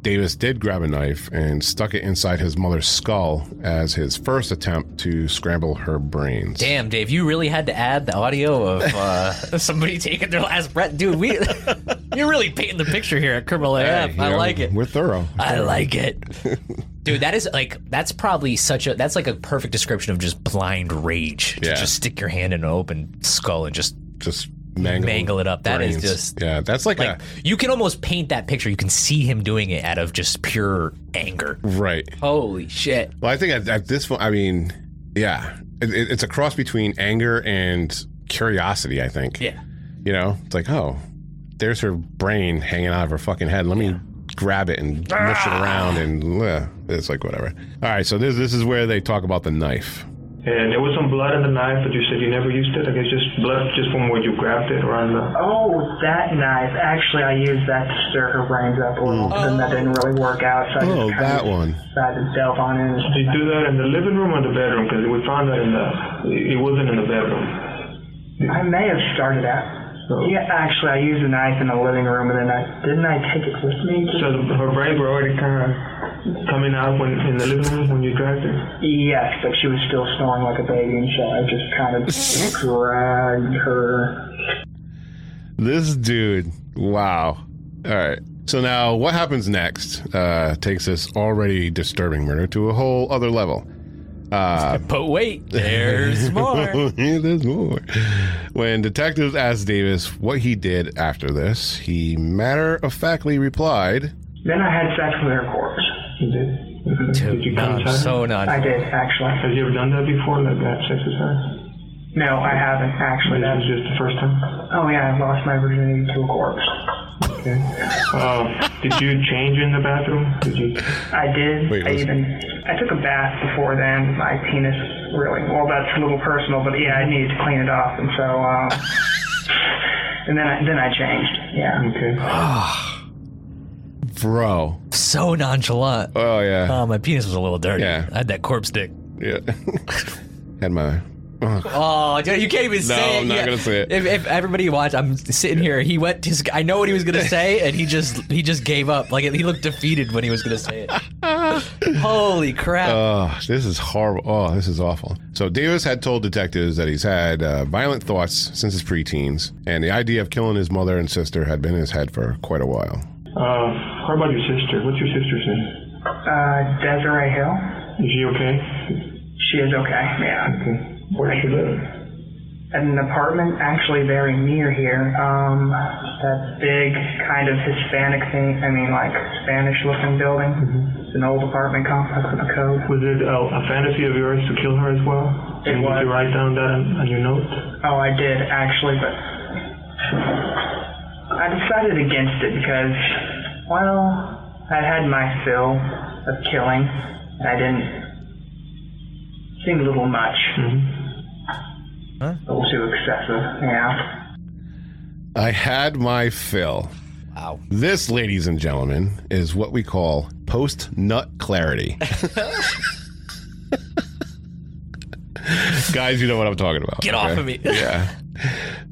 Davis did grab a knife and stuck it inside his mother's skull as his first attempt to scramble her brains. Damn, Dave, you really had to add the audio of uh, somebody taking their last breath. Dude, we You're really painting the picture here at Criminal AF. You I know, like it. We're thorough. I like it. Dude, that is like that's probably such a that's like a perfect description of just blind rage. To Yeah. just stick your hand in an open skull and just Just mangle, Mangle it up. That is brains. just- yeah. That's like, like you can almost paint that picture. You can see him doing it out of just pure anger. a right. Holy shit. Well, I think at, at this point, I mean, yeah, it, it- it's a cross between anger and curiosity. I think. Yeah. You know, it's like, oh, there's her brain hanging out of her fucking head. Let me grab it and mush it around, and uh, it's like whatever. All right, so this this is where they talk about the knife. And there was some blood in the knife, but you said you never used it. I guess just blood just from where you grabbed it around the. Oh, that knife. Actually, I used that to stir her brains up a little, but then that didn't really work out, so I Oh, just that kind of one. decided to delve on in. Did you do that in the living room or the bedroom? Because we found that in the. It wasn't in the bedroom. I may have started out. So, Yeah, actually, I used the knife in the living room, and then I didn't I take it with me? so her brains were already kind of coming out when in the living room when you dragged her. Yes, but she was still snoring like a baby, and so I just kind of dragged her. This dude, wow. All right. So now what happens next uh, takes this already disturbing murder to a whole other level. Uh, But wait, there's more. There's more. When detectives asked Davis what he did after this, he matter of factly replied, Then I had sex with her corpse. You did. Did you Dude, no, come I'm inside? so I not. did actually. Have you ever done that before? Like that sex with her? No, I haven't actually. This That's is just the first time. oh yeah, I lost my virginity to a corpse. Okay. Uh, did you change in the bathroom? Did you? I did. Wait, I was- even I took a bath before then. My penis really well. That's a little personal, but yeah, I needed to clean it off, and so um, and then I, then I changed. Yeah. Okay. Bro. So nonchalant. Oh, yeah. Oh, my penis was a little dirty. Yeah. I had that corpse dick. Yeah. Had my. Oh, dude, you can't even say it. I'm not Yeah. gonna say it. If, if everybody watched, I'm sitting here. He went. His, I know what he was gonna say, and he just he just gave up. Like he looked defeated when he was gonna say it. Holy crap! Oh, this is horrible. Oh, this is awful. So Davis had told detectives that he's had uh, violent thoughts since his preteens, and the idea of killing his mother and sister had been in his head for quite a while. Uh, how about your sister? What's your sister's name? Uh, Desiree Hill. Is she okay? She is okay. Yeah. Okay. Where does she live? At an apartment actually very near here. Um, that big kind of Hispanic thing. I mean, like Spanish looking building. Mm-hmm. It's an old apartment complex with a code. Was it a, a fantasy of yours to kill her as well? It and was. Did you write down that on, on your note? Oh, I did actually, but I decided against it because, well, I had my fill of killing, and I didn't seem a little much, a little too excessive. Yeah, I had my fill. wow. This, ladies and gentlemen, is what we call post nut clarity. Guys, you know what I'm talking about. Get off okay? of me. Yeah.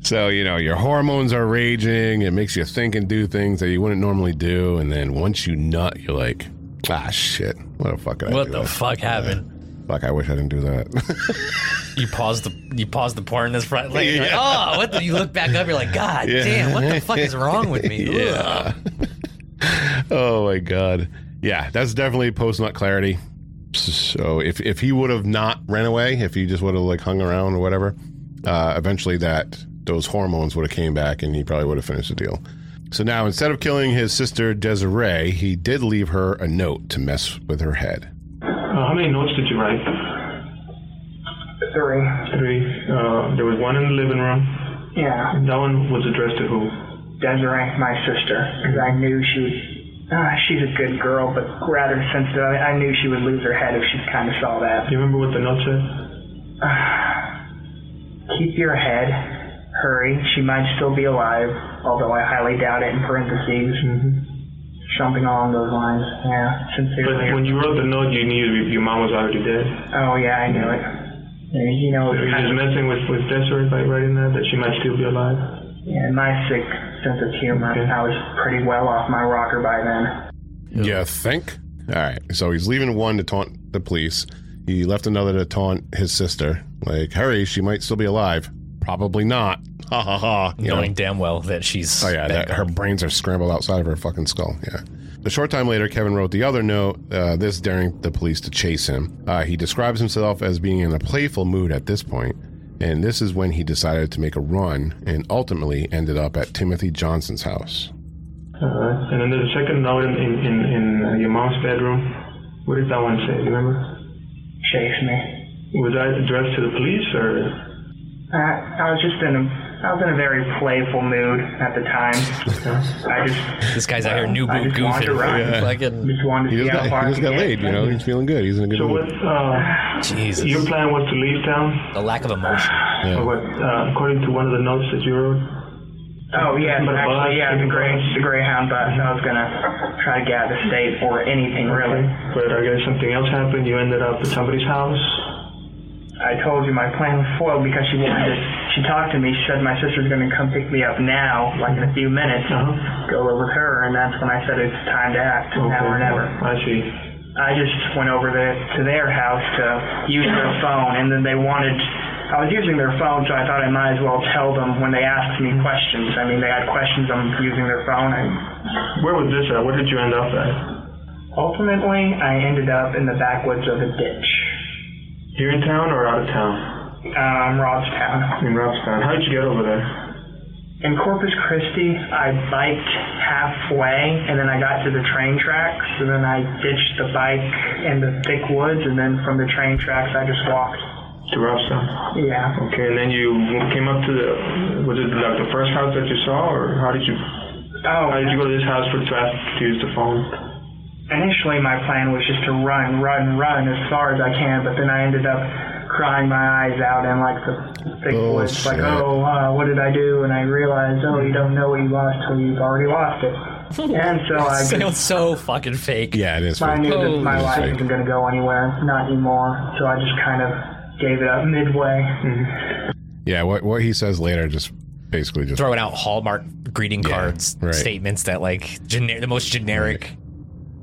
So, you know, your hormones are raging. It makes you think and do things that you wouldn't normally do. And then once you nut, you're like, ah, shit. What the fuck did I What do the that? fuck happened? Fuck, I wish I didn't do that. You paused the you paused the porn this front. Like, you're like, Yeah. oh, what? The, you look back up. You're like, God Yeah. damn, what the fuck is wrong with me? Ugh. yeah. oh, my God. Yeah, that's definitely post nut clarity. So if, if he would have not ran away, if he just would have like hung around or whatever, uh, eventually that those hormones would have came back and he probably would have finished the deal. So now instead of killing his sister Desiree, he did leave her a note to mess with her head. Uh, how many notes did you write? three. Three. Uh, there was one in the living room. Yeah, That one was addressed to who? Desiree, my sister, because I knew she was. Uh, she's a good girl, but rather sensitive. I, I knew she would lose her head if she kind of saw that. Do you remember what the note said? Keep your head. Hurry. She might still be alive, although I highly doubt it in parentheses. Mm-hmm. Something along those lines. Yeah. But Sincerely. when you wrote the note, you knew your- your mom was already dead. oh, yeah, I knew it. Yeah, You know, Were you just kind of, messing with, with Desiree by writing that, that she might still be alive? yeah, in my sick sense of humor, Okay. I was pretty well off my rocker by then. Yeah, think? All right. So he's leaving one to taunt the police. He left another to taunt his sister. Like, hurry, she might still be alive. Probably not. Ha ha ha. You know? Knowing damn well that she's. Oh yeah, back that, her brains are scrambled outside of her fucking skull. Yeah. A short time later, Kevin wrote the other note. Uh, this daring the police to chase him. Uh, he describes himself as being in a playful mood at this point, and this is when he decided to make a run and ultimately ended up at Timothy Johnson's house. Alright. And then there's a second note in, in, in, in uh, your mom's bedroom. What did that one say? Do you remember? Chase me. Was that addressed to the police or? I, I was just in a, I was in a very playful mood at the time. I just, This guy's out here new I boot just wanted to goofing. run. Yeah. Fucking just wanted He to just see how got, far he I just got could get. laid. You know, he's feeling good. He's in a good So mood. what? Uh, your Jesus. plan was to leave town. The lack of emotion. Or what? Uh, according to one of the notes that you wrote. Oh yeah, But a bus, actually, yeah, the even gray, bus. the Greyhound bus. I was gonna try to get out of the state or anything really. But I guess something else happened. You ended up at somebody's house. I told you my plan was foiled because she wanted to. She talked to me. She said my sister's gonna come pick me up now, like in a few minutes. Uh-huh. Go live with her, and that's when I said it's time to act, now or never. I see. I just went over there to their house to use their phone, and then they wanted. I was using their phone, so I thought I might as well tell them when they asked me questions. I mean, they had questions. I'm using their phone, and Where was this at? Where did you end up at? Ultimately, I ended up in the backwoods of a ditch. Here in town or out of town? Um, Robstown. In Robstown. How did you get over there? In Corpus Christi, I biked halfway, and then I got to the train tracks, and then I ditched the bike in the thick woods, and then from the train tracks, I just walked. To Robstown. Yeah. Okay, and then you came up to the. Was it like the first house that you saw, or how did you? Oh, Why did you go to this house for the traffic to use the phone? initially my plan was just to run, run, run as far as I can, but then I ended up crying my eyes out in like the thick woods, like, Bullshit. oh, uh, what did I do? And I realized, oh, you don't know what you lost till you've already lost it. and so I just Sounds so fucking fake. Yeah, it is. I fake. knew that my Holy life shit. wasn't going to go anywhere, not anymore. So I just kind of gave it up midway. Mm-hmm. Yeah, what what he says later just basically just Throwing out Hallmark greeting cards, right. statements that like gener- the most generic.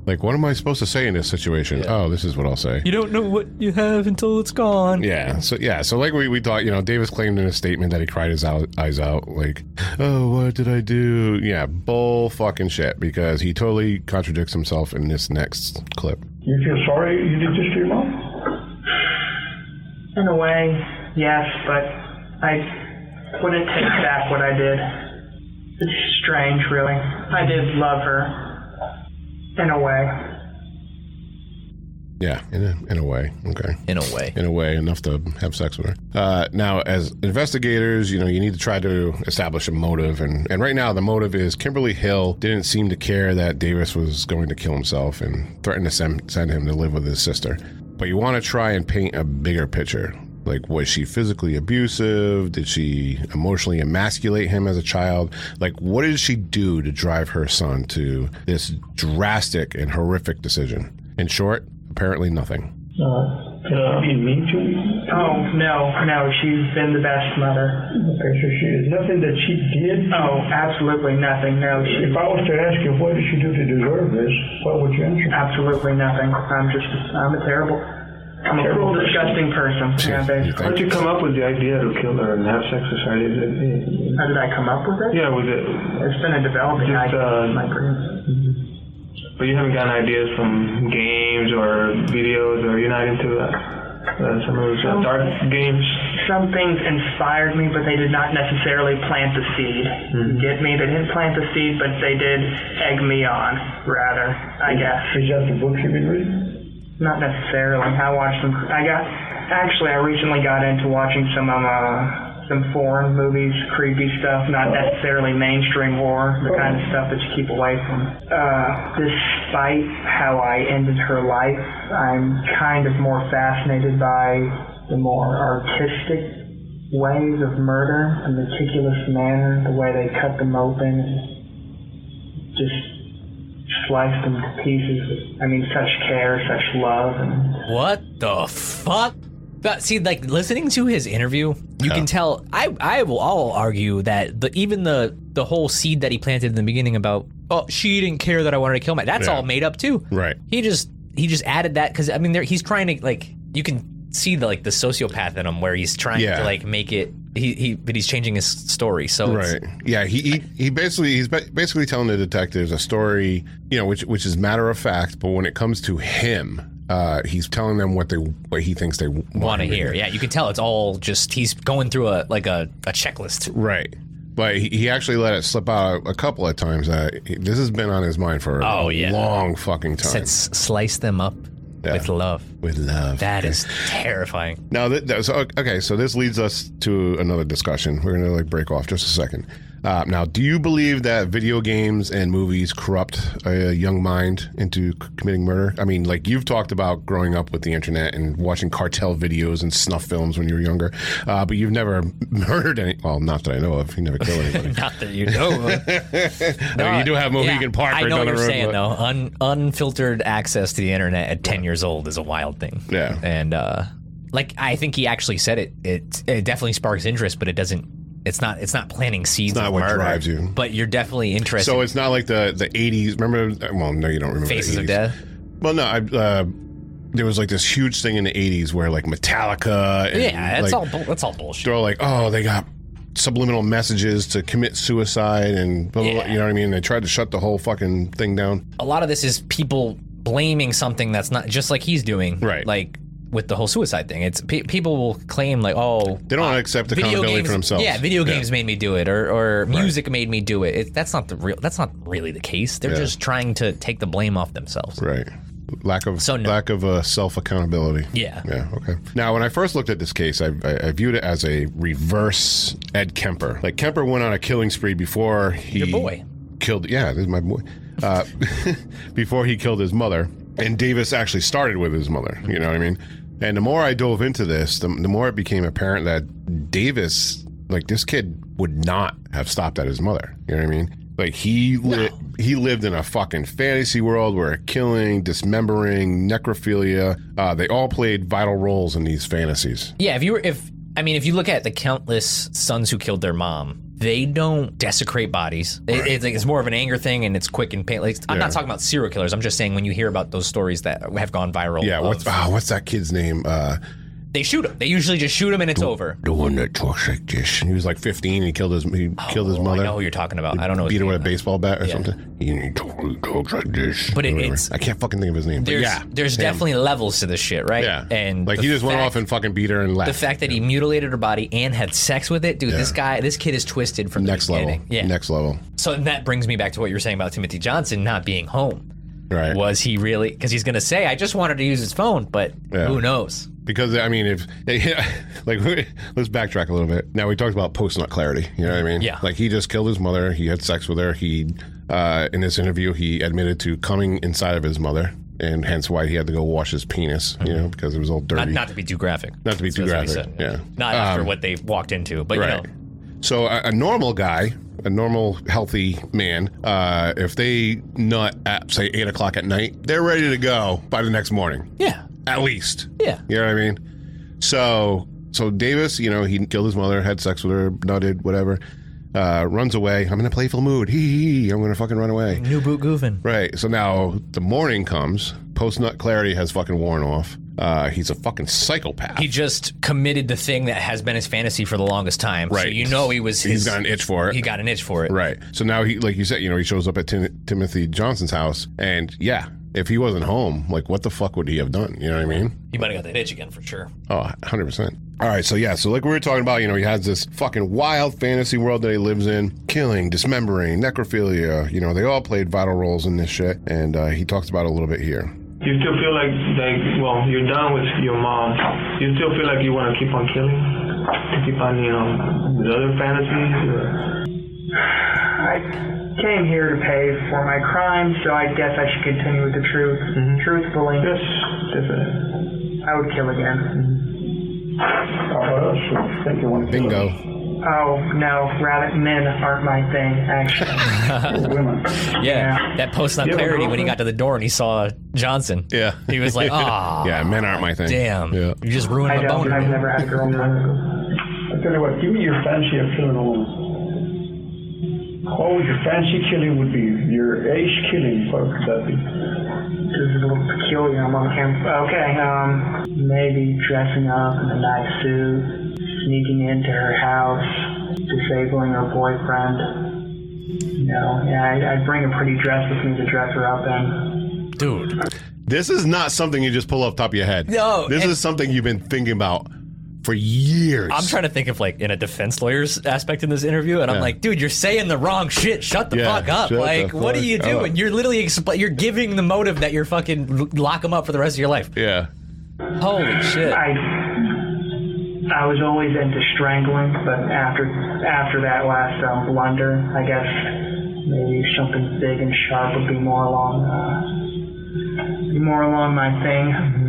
like what am I supposed to say in this situation? Oh, this is what I'll say. You don't know what you have until it's gone. Yeah. So yeah. So like we, we thought, you know, Davis claimed in a statement that he cried his ou- eyes out, like, "Oh, what did I do?" Yeah, bull fucking shit. Because he totally contradicts himself in this next clip. You feel sorry you did this to your mom? In a way, yes, but I wouldn't take back what I did. It's strange, really. I did love her. In a way. Yeah, in a, in a way. Okay. In a way. in a way enough to have sex with her. Uh, now, as investigators, you know you need to try to establish a motive, and and right now the motive is Kimberly Hill didn't seem to care that Davis was going to kill himself and threatened to send, send him to live with his sister. But you want to try and paint a bigger picture. Like, was she physically abusive? Did she emotionally emasculate him as a child? Like, what did she do to drive her son to this drastic and horrific decision? In short, apparently nothing. Uh, did she be mean to you? Oh, no, no, she's been the best mother. Okay, so she, there's nothing that she did. Oh, absolutely nothing. No, she. If I was to ask you what did she do to deserve this, what would you answer? Absolutely nothing. I'm just, I'm a terrible, I'm a Terrible cruel, disgusting person. Yeah, You basically. think? How'd you come up with the idea to kill her and have sex with her? Is it- How did I come up with it? Yeah, was it? It's been a developing Just, idea. uh, my brain. But you haven't gotten ideas from games or videos, or you're not into uh, uh, some of those uh, dark games. Some things inspired me, but they did not necessarily plant the seed. You Hmm. Get me? They didn't plant the seed, but they did egg me on, rather, I guess. Is that the books you've been reading? Not necessarily. I watched some. I got actually. I recently got into watching some um, uh, some foreign movies, creepy stuff. Not necessarily mainstream horror, the kind of stuff that you keep away from. Uh, despite how I ended her life, I'm kind of more fascinated by the more artistic ways of murder, the meticulous manner, the way they cut them open, just slice them to pieces. with- I mean, such care, such love, and What the fuck? But see, like listening to his interview, you can tell. I I will all argue that the even the the whole seed that he planted in the beginning about oh she didn't care that I wanted to kill my that's Yeah. all made up too. Right. He just he just added that because I mean there he's trying to like you can see the like the sociopath in him where he's trying Yeah. to like make it he he but he's changing his story so it's- Right. Yeah. He, he he basically he's ba- basically telling the detectives a story, you know, which which is matter of fact, but when it comes to him, uh, he's telling them what they what he thinks they want want to hear. Yeah, you can tell it's all just he's going through a like a, a checklist. Right. But he, he actually let it slip out a, couple of times. That he- this has been on his mind for a Oh, yeah. long fucking time. Said slice them up with love. With love. That is terrifying. Now, th- th- so, okay, so this leads us to another discussion. We're gonna like break off just a second. Uh, now, do you believe that video games and movies corrupt a young mind into c- committing murder? I mean, like you've talked about growing up with the internet and watching cartel videos and snuff films when you were younger, uh, but you've never murdered any. Well, not that I know of. You never killed anybody. Not that you know. of. I mean, you do have Mohegan Yeah, Park. I right know down what the you're road, saying but- though. Un, unfiltered access to the internet at 10 years old is a wild thing. Yeah. and uh, like I think he actually said it. It it definitely sparks interest, but it doesn't. It's not. It's not planting seeds. not of what murder, drives you. But you're definitely interested. So in it's not like the the '80s. Remember? Well, no, you don't remember. the faces of 80s. death. Well, no, I, uh, there was like this huge thing in the '80s where like Metallica, and, Yeah, like, that's all. bull- That's all bullshit. They're all like, oh, they got subliminal messages to commit suicide and blah, blah, blah, Yeah. you know what I mean. They tried to shut the whole fucking thing down. a lot of this is people blaming something that's not just like he's doing, Right. Like with the whole suicide thing, it's pe- people will claim like, "Oh, They don't want to accept accountability for themselves. Yeah, video games made me do it, or or music made me do it. it. That's not the real. That's not really the case. They're just trying to take the blame off themselves. Right. Lack of So no. lack of uh, self accountability. Yeah. Yeah. Okay. Now, when I first looked at this case, I, I, I viewed it as a reverse Ed Kemper. Like Kemper went on a killing spree before he Your boy. killed. Yeah, this is my boy. Uh, before he killed his mother, and Davis actually started with his mother. You know what I mean? And the more I dove into this, the, the more it became apparent that Davis, like this kid, would not have stopped at his mother. You know what I mean? Like he li- he lived in a fucking fantasy world where killing, dismembering, necrophilia, uh, they all played vital roles in these fantasies. Yeah, if you were, if I mean, if you look at the countless sons who killed their mom, they don't desecrate bodies. It, it's, like, it's more of an anger thing, and it's quick and pain. Like, I'm not talking about serial killers. I'm just saying when you hear about those stories that have gone viral. Yeah, of- what's ah, what's that kid's name? Uh, they shoot them. They usually just shoot them, and it's over. the one that talks like this. He was like 15. He killed his he killed his Oh, mother. I know who you're talking about. I don't know. his Beat her name. with a baseball bat or something. He totally talks like this. But it- or whatever. it's- I can't fucking think of his name. But There's, yeah, there's him. definitely levels to this shit, right? yeah. and like the he just went fact- off and fucking beat her and left. the fact that he mutilated her body and had sex with it, dude. This guy, this kid is twisted from the next level. beginning. Yeah. Next level. So and that brings me back to what you were saying about Timothy Johnson not being home. Right. Was he really? Because he's gonna say, "I just wanted to use his phone," but Yeah. who knows? Because I mean, if like let's backtrack a little bit. Now we talked about post nut clarity. You know what I mean? Yeah. Like he just killed his mother. He had sex with her. He, uh, in this interview, he admitted to coming inside of his mother, and hence why he had to go wash his penis. You know, because it was all dirty. Mm-hmm. Not, not to be too graphic. Not to be That's too what he graphic, said. yeah. Um, Not after what they walked into, but Right. you know, So a, a normal guy, a normal healthy man, uh, if they nut at say eight o'clock at night, they're ready to go by the next morning, yeah, at least. yeah. You know what I mean? So so Davis, you know, he killed his mother, had sex with her, nutted, whatever. Uh, runs away. I'm in a playful mood. Hee hee. hee. I'm gonna fucking run away. New boot goofing. Right. So now the morning comes. Post nut clarity has fucking worn off. Uh, he's a fucking psychopath. He just committed the thing that has been his fantasy for the longest time. So Right. you know he was. His, he's got an itch for it. He got an itch for it. Right. So now he, like you said, you know, he shows up at Tim- Timothy Johnson's house, and yeah, if he wasn't home, like what the fuck would he have done? You know what I mean? He might have got that itch again for sure. Oh, 100 percent. All right. So yeah. So like we were talking about, you know, he has this fucking wild fantasy world that he lives in, killing, dismembering, necrophilia. You know, they all played vital roles in this shit, and uh, he talks about it a little bit here. You still feel like, like, well, you're done with your mom. You still feel like you want to keep on killing, keep on, you know, the other fantasies. or- I came here to pay for my crime, so I guess I should continue with the truth. Truthfully, Mm-hmm. Yes, definitely. Mm-hmm. I would kill again. I think you want Bingo. Oh no, rather men aren't my thing. Actually, women. Yeah. Yeah. That post on have a clarity when he girlfriend? got to the door and he saw Johnson. Yeah. He was like, ah, Yeah, men aren't my thing. damn. Yeah. You just ruined I my don't. I've boner. never had a girlfriend. I tell you what, give me your fancy of killing a woman. What would Oh, your fancy killing would be? Your age killing, what would that be? This is a little peculiar. I'm on camera. Okay, um, maybe dressing up in a nice suit, sneaking into her house, disabling her boyfriend. You know, yeah, I'd, I'd bring a pretty dress with me to dress her up in. Dude. This is not something you just pull off the top of your head. No, This and- is something you've been thinking about for years. I'm trying to think of like in a defense lawyer's aspect in this interview, and I'm Yeah. like, dude, you're saying the wrong shit. Shut the Yeah, fuck up. shut Like, the what are fuck you doing? up. You're literally expl- you're giving the motive that you're fucking l- lock him up for the rest of your life. Yeah. Holy shit. I, I was always into strangling, but after after that last um, blunder, I guess maybe something big and sharp would be more along, uh, be more along my thing.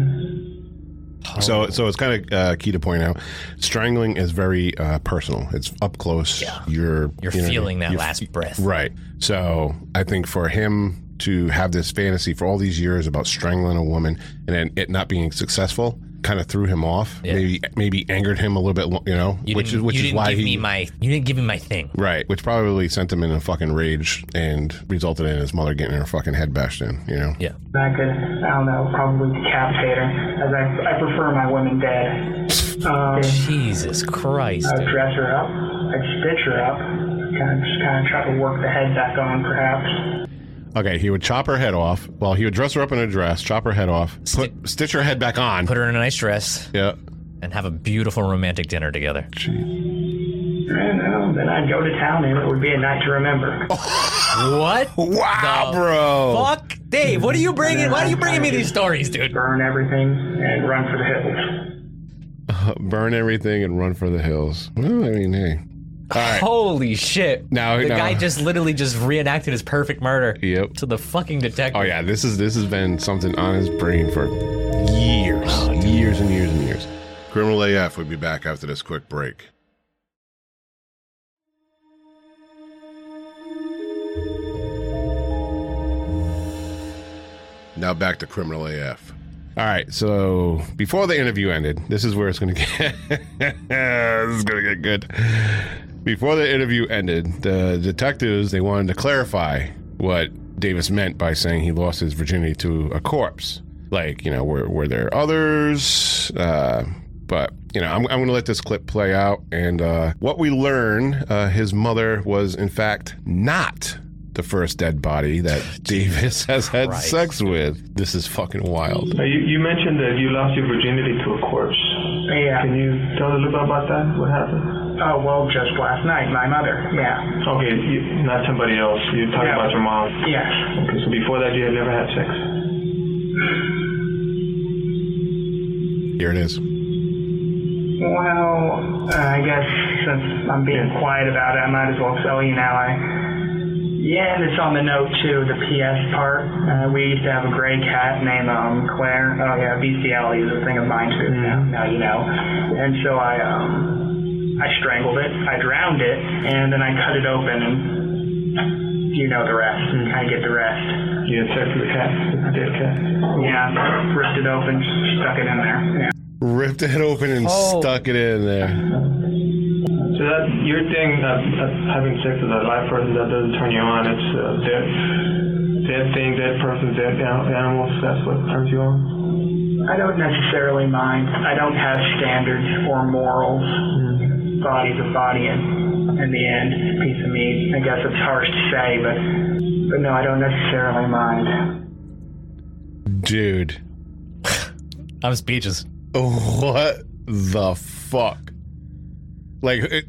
So, so it's kind of uh, key to point out, strangling is very uh, personal. It's up close. You're You're you know, feeling that you're- last breath. right. So, I think for him to have this fantasy for all these years about strangling a woman and then it not being successful kind of threw him off. Yeah. Maybe maybe angered him a little bit. lo- You know, You which didn't- is which you is didn't why give he me my you didn't give me my thing. right, which probably sent him in a fucking rage and resulted in his mother getting her fucking head bashed in. You know. Yeah. I could, I don't know, probably decapitate her, as I, I prefer my women dead. Um, Jesus Christ. I'd dude. dress her up, I'd stitch her up, kind of just kind of try to work the head back on, perhaps. Okay, he would chop her head off. Well, he would dress her up in a dress, chop her head off, put stitch her head back on. Put her in a nice dress yeah. and have a beautiful romantic dinner together. And um, then I'd go to town, and it would be a night to remember. What? Wow, the bro. Fuck, Dave. What are you bringing? Why are you bringing me these stories, dude? Burn everything and run for the hills. Burn everything and run for the hills. Well, I mean, hey. right. Holy shit! Now- the now- guy just literally just reenacted his perfect murder. Yep. To the fucking detective. Oh yeah, this is this has been something on his brain for years, years and years and years. Criminal AF will be back after this quick break. Now back to Criminal AF. All right, so before the interview ended, this is where it's gonna get. this is gonna get good. Before the interview ended, the detectives they wanted to clarify what Davis meant by saying he lost his virginity to a corpse. Like, you know, were were there others? Uh, but you know, I'm, I'm gonna let this clip play out, and uh, what we learn, uh, his mother was in fact not. The first dead body that Davis has had Christ. sex with. This is fucking wild. Now, you, you mentioned that you lost your virginity to a corpse. Yeah. Can you tell a little bit about that? What happened? Oh, well, just last night, my mother. Yeah. Okay, you, not somebody else. You're talking Yeah. about your mom. Yes. Okay, so before that, you had never had sex. Here it is. Well, uh, I guess since I'm being quiet about it, I might as well tell you now. I yeah, it's on the note too, the PS part. Uh, we used to have a gray cat named um, Claire. Oh yeah, bestiality is a thing of mine too. Mm-hmm. Now, now you know. And so I um, I strangled it, I drowned it, and then I cut it open. and You know the rest. Mm-hmm. I get the rest. You had sex with a cat, a dead cat. Yeah, ripped it open, stuck it in there. Yeah. ripped it open and Oh. stuck it in there. So that your thing of, of having sex with a live person that doesn't turn you on. It's uh, dead, dead thing, dead person, dead an- animals. That's what turns you on. I don't necessarily mind. I don't have standards or morals. Body's a body, and in the end, piece of meat. I guess it's harsh to say, but but no, I don't necessarily mind. Dude, I'm speechless. what the fuck? Like, it,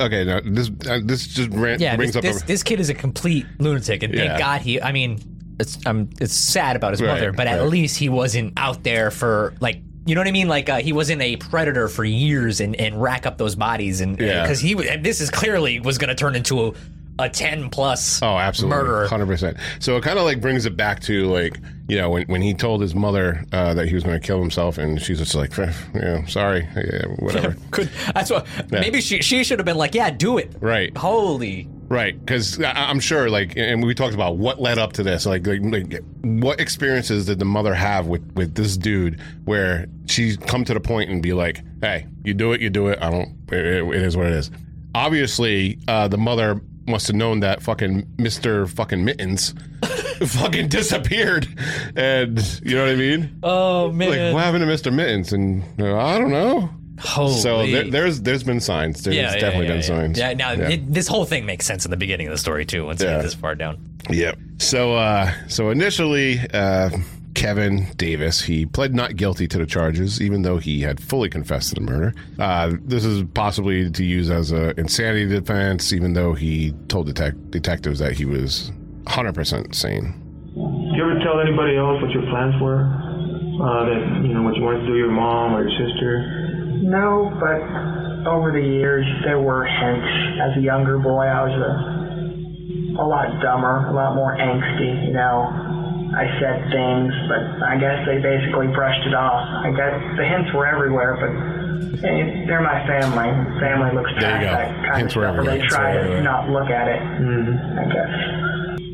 okay, no, this uh, this just ran, Yeah, brings this, up this, a, this kid is a complete lunatic, and Yeah. thank God he. I mean, it's I'm it's sad about his Right, mother, but at right. least he wasn't out there for like you know what I mean. Like uh, he wasn't a predator for years and and rack up those bodies, and Yeah. because he was- and this is clearly was going to turn into a, a ten plus. oh, absolutely, murderer. hundred percent. So it kind of like brings it back to like you know when, when he told his mother uh, that he was going to kill himself, and she's just like, "Eh, you know, sorry, yeah, whatever. Could that's what maybe she she should have been like, yeah, do it. Right. Holy. Right, because I'm sure, like, and we talked about what led up to this, like, like, like, what experiences did the mother have with with this dude, where she's come to the point and be like, "Hey, you do it, you do it. I don't. It, it- it is what it is." Obviously, uh, the mother must have known that fucking Mister fucking Mittens fucking disappeared, and you know what I mean. Oh Like, man. what happened to Mister Mittens? And uh, I don't know. Holy. So there, there's there's been signs. There's definitely been yeah. signs. Yeah, now It, this whole thing makes sense in the beginning of the story too. Once you Yeah. get this far down, Yep. So, uh, so initially, uh, Kevin Davis he pled not guilty to the charges, even though he had fully confessed to the murder. Uh, this is possibly to use as a insanity defense, even though he told detec- detectives that he was 100 percent sane. You ever tell anybody else what your plans were? Uh, that you know what you wanted to do, your mom or your sister. No, but over the years there were hints. As a younger boy, I was a a lot dumber, a lot more angsty. You know, I said things, but I guess they basically brushed it off. I guess the hints were everywhere, but. eh, They're my family. Family looks There past you go. that kind Hints of were stuff, and everywhere. they Hints try were to everywhere. not look at it. I guess.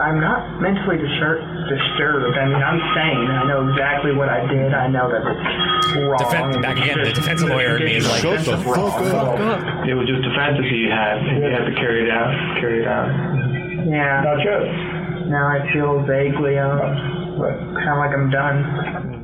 I'm not mentally discer- disturbed. I mean, I'm sane. I know exactly what I did. I know that it's wrong. Defend- back again, the defense lawyer in me is like, Shut the fuck up. It was just a fantasy you had, and you had to carry it out. Carry it out. Yeah. Jeff. Now I feel vaguely, um, kind of like I'm done.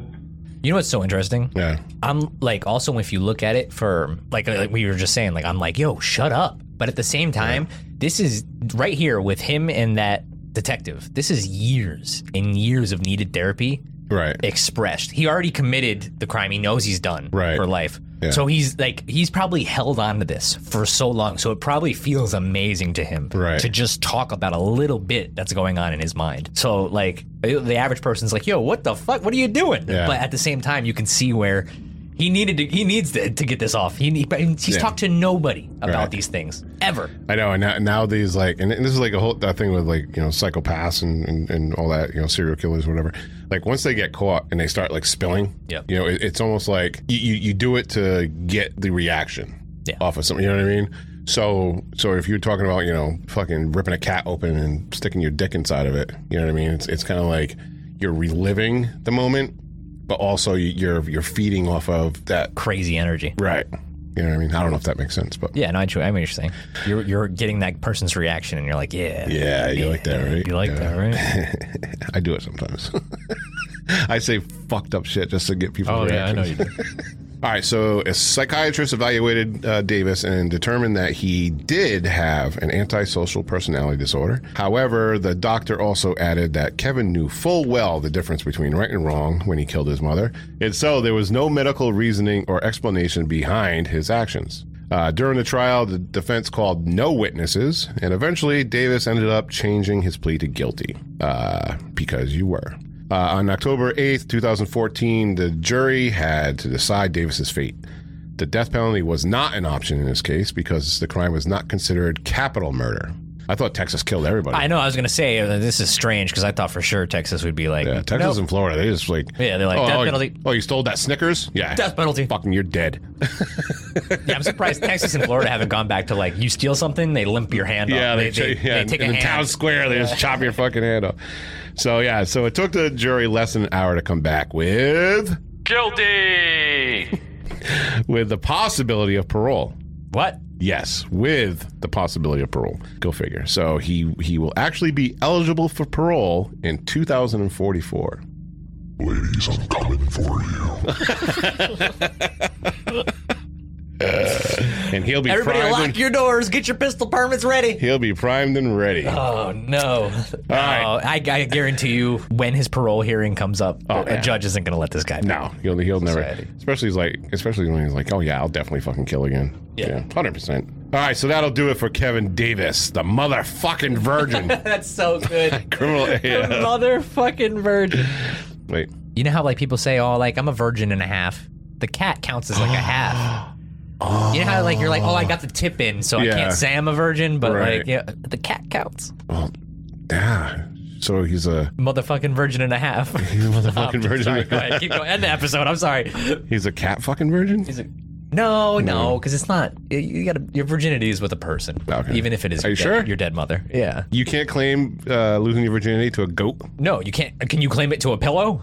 you know what's so interesting? Yeah. I'm like also if you look at it for like uh, like we were just saying like I'm like yo shut up but at the same time this is right here with him and that detective this is years and years of needed therapy Right. expressed he already committed the crime he knows he's done Right. for life Yeah. so he's like he's probably held on to this for so long so it probably feels amazing to him Right. to just talk about a little bit that's going on in his mind so like the average person's like yo what the fuck what are you doing Yeah. but at the same time you can see where He needed to, he needs to, to get this off. He need, but he's Yeah. talked to nobody about Right. these things ever. I know, and now, now these like, and, and this is like a whole that thing with like you know psychopaths and, and and all that you know serial killers or whatever. Like once they get caught and they start like spilling, Yeah. you know, it, it's almost like you, you you do it to get the reaction Yeah. off of something. You know what I mean? So so if you're talking about you know fucking ripping a cat open and sticking your dick inside of it, you know what I mean? It's it's kind of like you're reliving the moment, but also you- you're you're feeding off of that. Crazy energy. Right. You know what I mean? I don't know if that makes sense, but Yeah, no, I, chew- I mean, you're saying you're you're getting that person's reaction, and you're like, yeah, yeah, you like that, right? you like Yeah. that, right? I do it sometimes. I say fucked up shit just to get people. Oh, do. All right, so a psychiatrist evaluated uh, Davis and determined that he did have an antisocial personality disorder. However, the doctor also added that Kevin knew full well the difference between right and wrong when he killed his mother, and so there was no medical reasoning or explanation behind his actions. Uh, during the trial, the defense called no witnesses, and eventually Davis ended up changing his plea to guilty uh, because you were. Uh, on October 8th, 2014, the jury had to decide Davis's fate. The death penalty was not an option in this case because the crime was not considered capital murder. I thought Texas killed everybody. I know. I was gonna say uh, this is strange because I thought for sure Texas would be like, Yeah, Texas nope, and Florida, they just like Yeah, they're like, oh, death oh, penalty. You, oh, you stole that Snickers? Yeah, death penalty. Fucking, you're dead. Yeah, I'm surprised Texas and Florida haven't gone back to like you steal something, they limp your hand. Yeah, off. Uh, they, cha- yeah, they take in a the hand. town square, they just chop your fucking hand off. So yeah, so it took the jury less than an hour to come back with Guilty! with the possibility of parole. What? Yes, with the possibility of parole. Go figure. So he he will actually be eligible for parole in 2044. Ladies, I'm coming for you. And he'll be Everybody, primed lock and, your doors. Get your pistol permits ready. he'll be primed and ready. Oh no! No, right. I, I guarantee you, when his parole hearing comes up, a Oh, yeah. judge isn't gonna let this guy. No, he'll he'll never. Society. Especially he's like, especially when he's like, oh yeah, I'll definitely fucking kill again. Yeah. hundred percent. All right, so that'll do it for Kevin Davis, the motherfucking virgin That's so good. criminal. Yeah. Motherfucking virgin. Wait, You know how like people say, "Oh, like I'm a virgin and a half." The cat counts as like a half. You know how like you're like, "Oh, I got the tip in, so Yeah. I can't say I'm a virgin," but Right. like, yeah, the cat counts. yeah. So he's a Motherfucking virgin and a half. he's a motherfucking Sorry, go virgin. ahead. Keep going. End the episode. I'm sorry. he's a cat fucking virgin. No, no, because it's not. You- You got to your virginity is with a person, Okay. even if it is Are your you dead, sure? your dead mother. Yeah. You can't claim uh, losing your virginity to a goat. No, you can't. Can you claim it to a pillow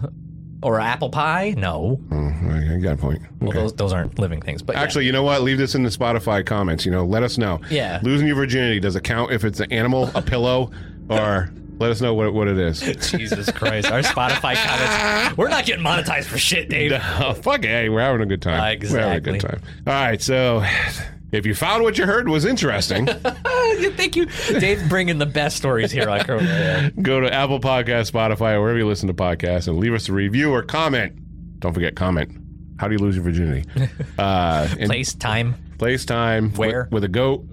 or an apple pie? No. Mm, I got a point. Well, those those aren't living things. But yeah. Actually, you know what? Leave this in the Spotify comments. You know, let us know. Yeah. Losing your virginity, does it count if it's an animal, a pillow, or let us know what, what it is? Jesus Christ, our Spotify comments. We're not getting monetized for shit, Dave. No, fuck it. Hey, we're having a good time. We're having a good Exactly. time. All right. So if you found what you heard was interesting, Ah, you think you, Dave's bringing the best stories here uh, on Chrome. Radio. go to Apple Podcast, Spotify, or wherever you listen to podcasts and leave us a review or comment. Don't forget, comment. How do you lose your virginity? Uh, in Place, time, place, time, wi- Where? with a goat,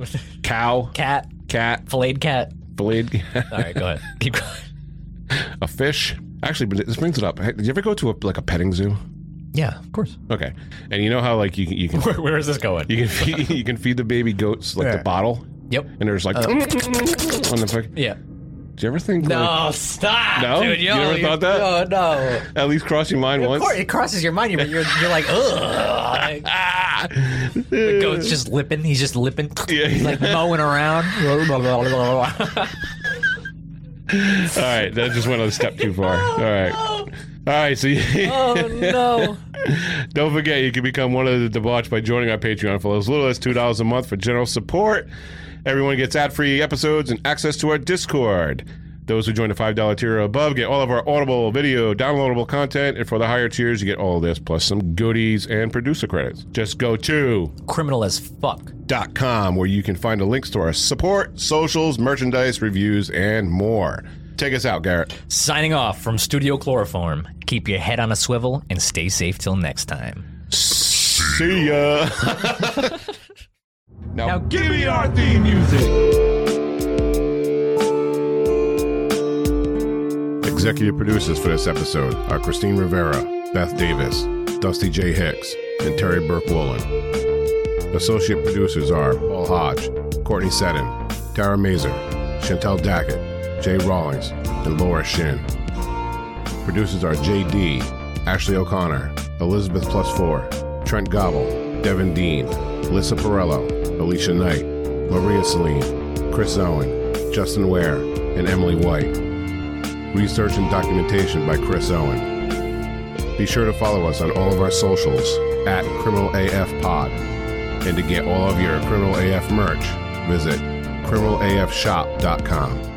cow, cat, cat, filleted cat. blade, All right, go ahead. Keep going. a fish. Actually, but this brings it up. Hey, Did you ever go to a, like a petting zoo? Yeah, of course. Okay, and you know how like you can- you can Where, where is this going? you can feed, you can feed the baby goats like Yeah. Uh. the bottle, Yep. and there's like on the fuck. Yeah. Do you ever think like, No, stop, No? dude. You never thought that? No, no. at least cross your mind Of once? course, it crosses your mind, but you're you're like, ugh. Like, Ah, the goat's just lipping. He's just lipping. Yeah. He's like mowing around. Oh, All right, that just went a step too far. All right. All right, so you, oh no. don't forget you can become one of the debauch by joining our Patreon for as little as two dollars a month for general support. Everyone gets ad-free episodes and access to our Discord. Those who join the five dollar tier or above get all of our audible, video, downloadable content, and for the higher tiers, you get all of this plus some goodies and producer credits. Just go to Criminal as fuck. com, where you can find the links to our support, socials, merchandise, reviews, and more. Take us out, Garrett. Signing off from Studio Chloroform. Keep your head on a swivel and stay safe till next time. See ya. now, Now give me our theme music. Executive producers for this episode are Christine Rivera, Beth Davis, Dusty J. Hicks, and Terry Burke Woolen. Associate producers are Paul Hodge, Courtney Seddon, Tara Mazer, Chantel Dackett, Jay Rawlings, and Laura Shin. Producers are JD, Ashley O'Connor, Elizabeth Plus Four, Trent Gobble, Devin Dean, Lisa Perello, Alicia Knight, Maria Celine, Chris Owen, Justin Ware, and Emily White. Research and documentation by Chris Owen. Be sure to follow us on all of our socials at Criminal AF Pod. And to get all of your Criminal AF merch, visit criminalafshop.com.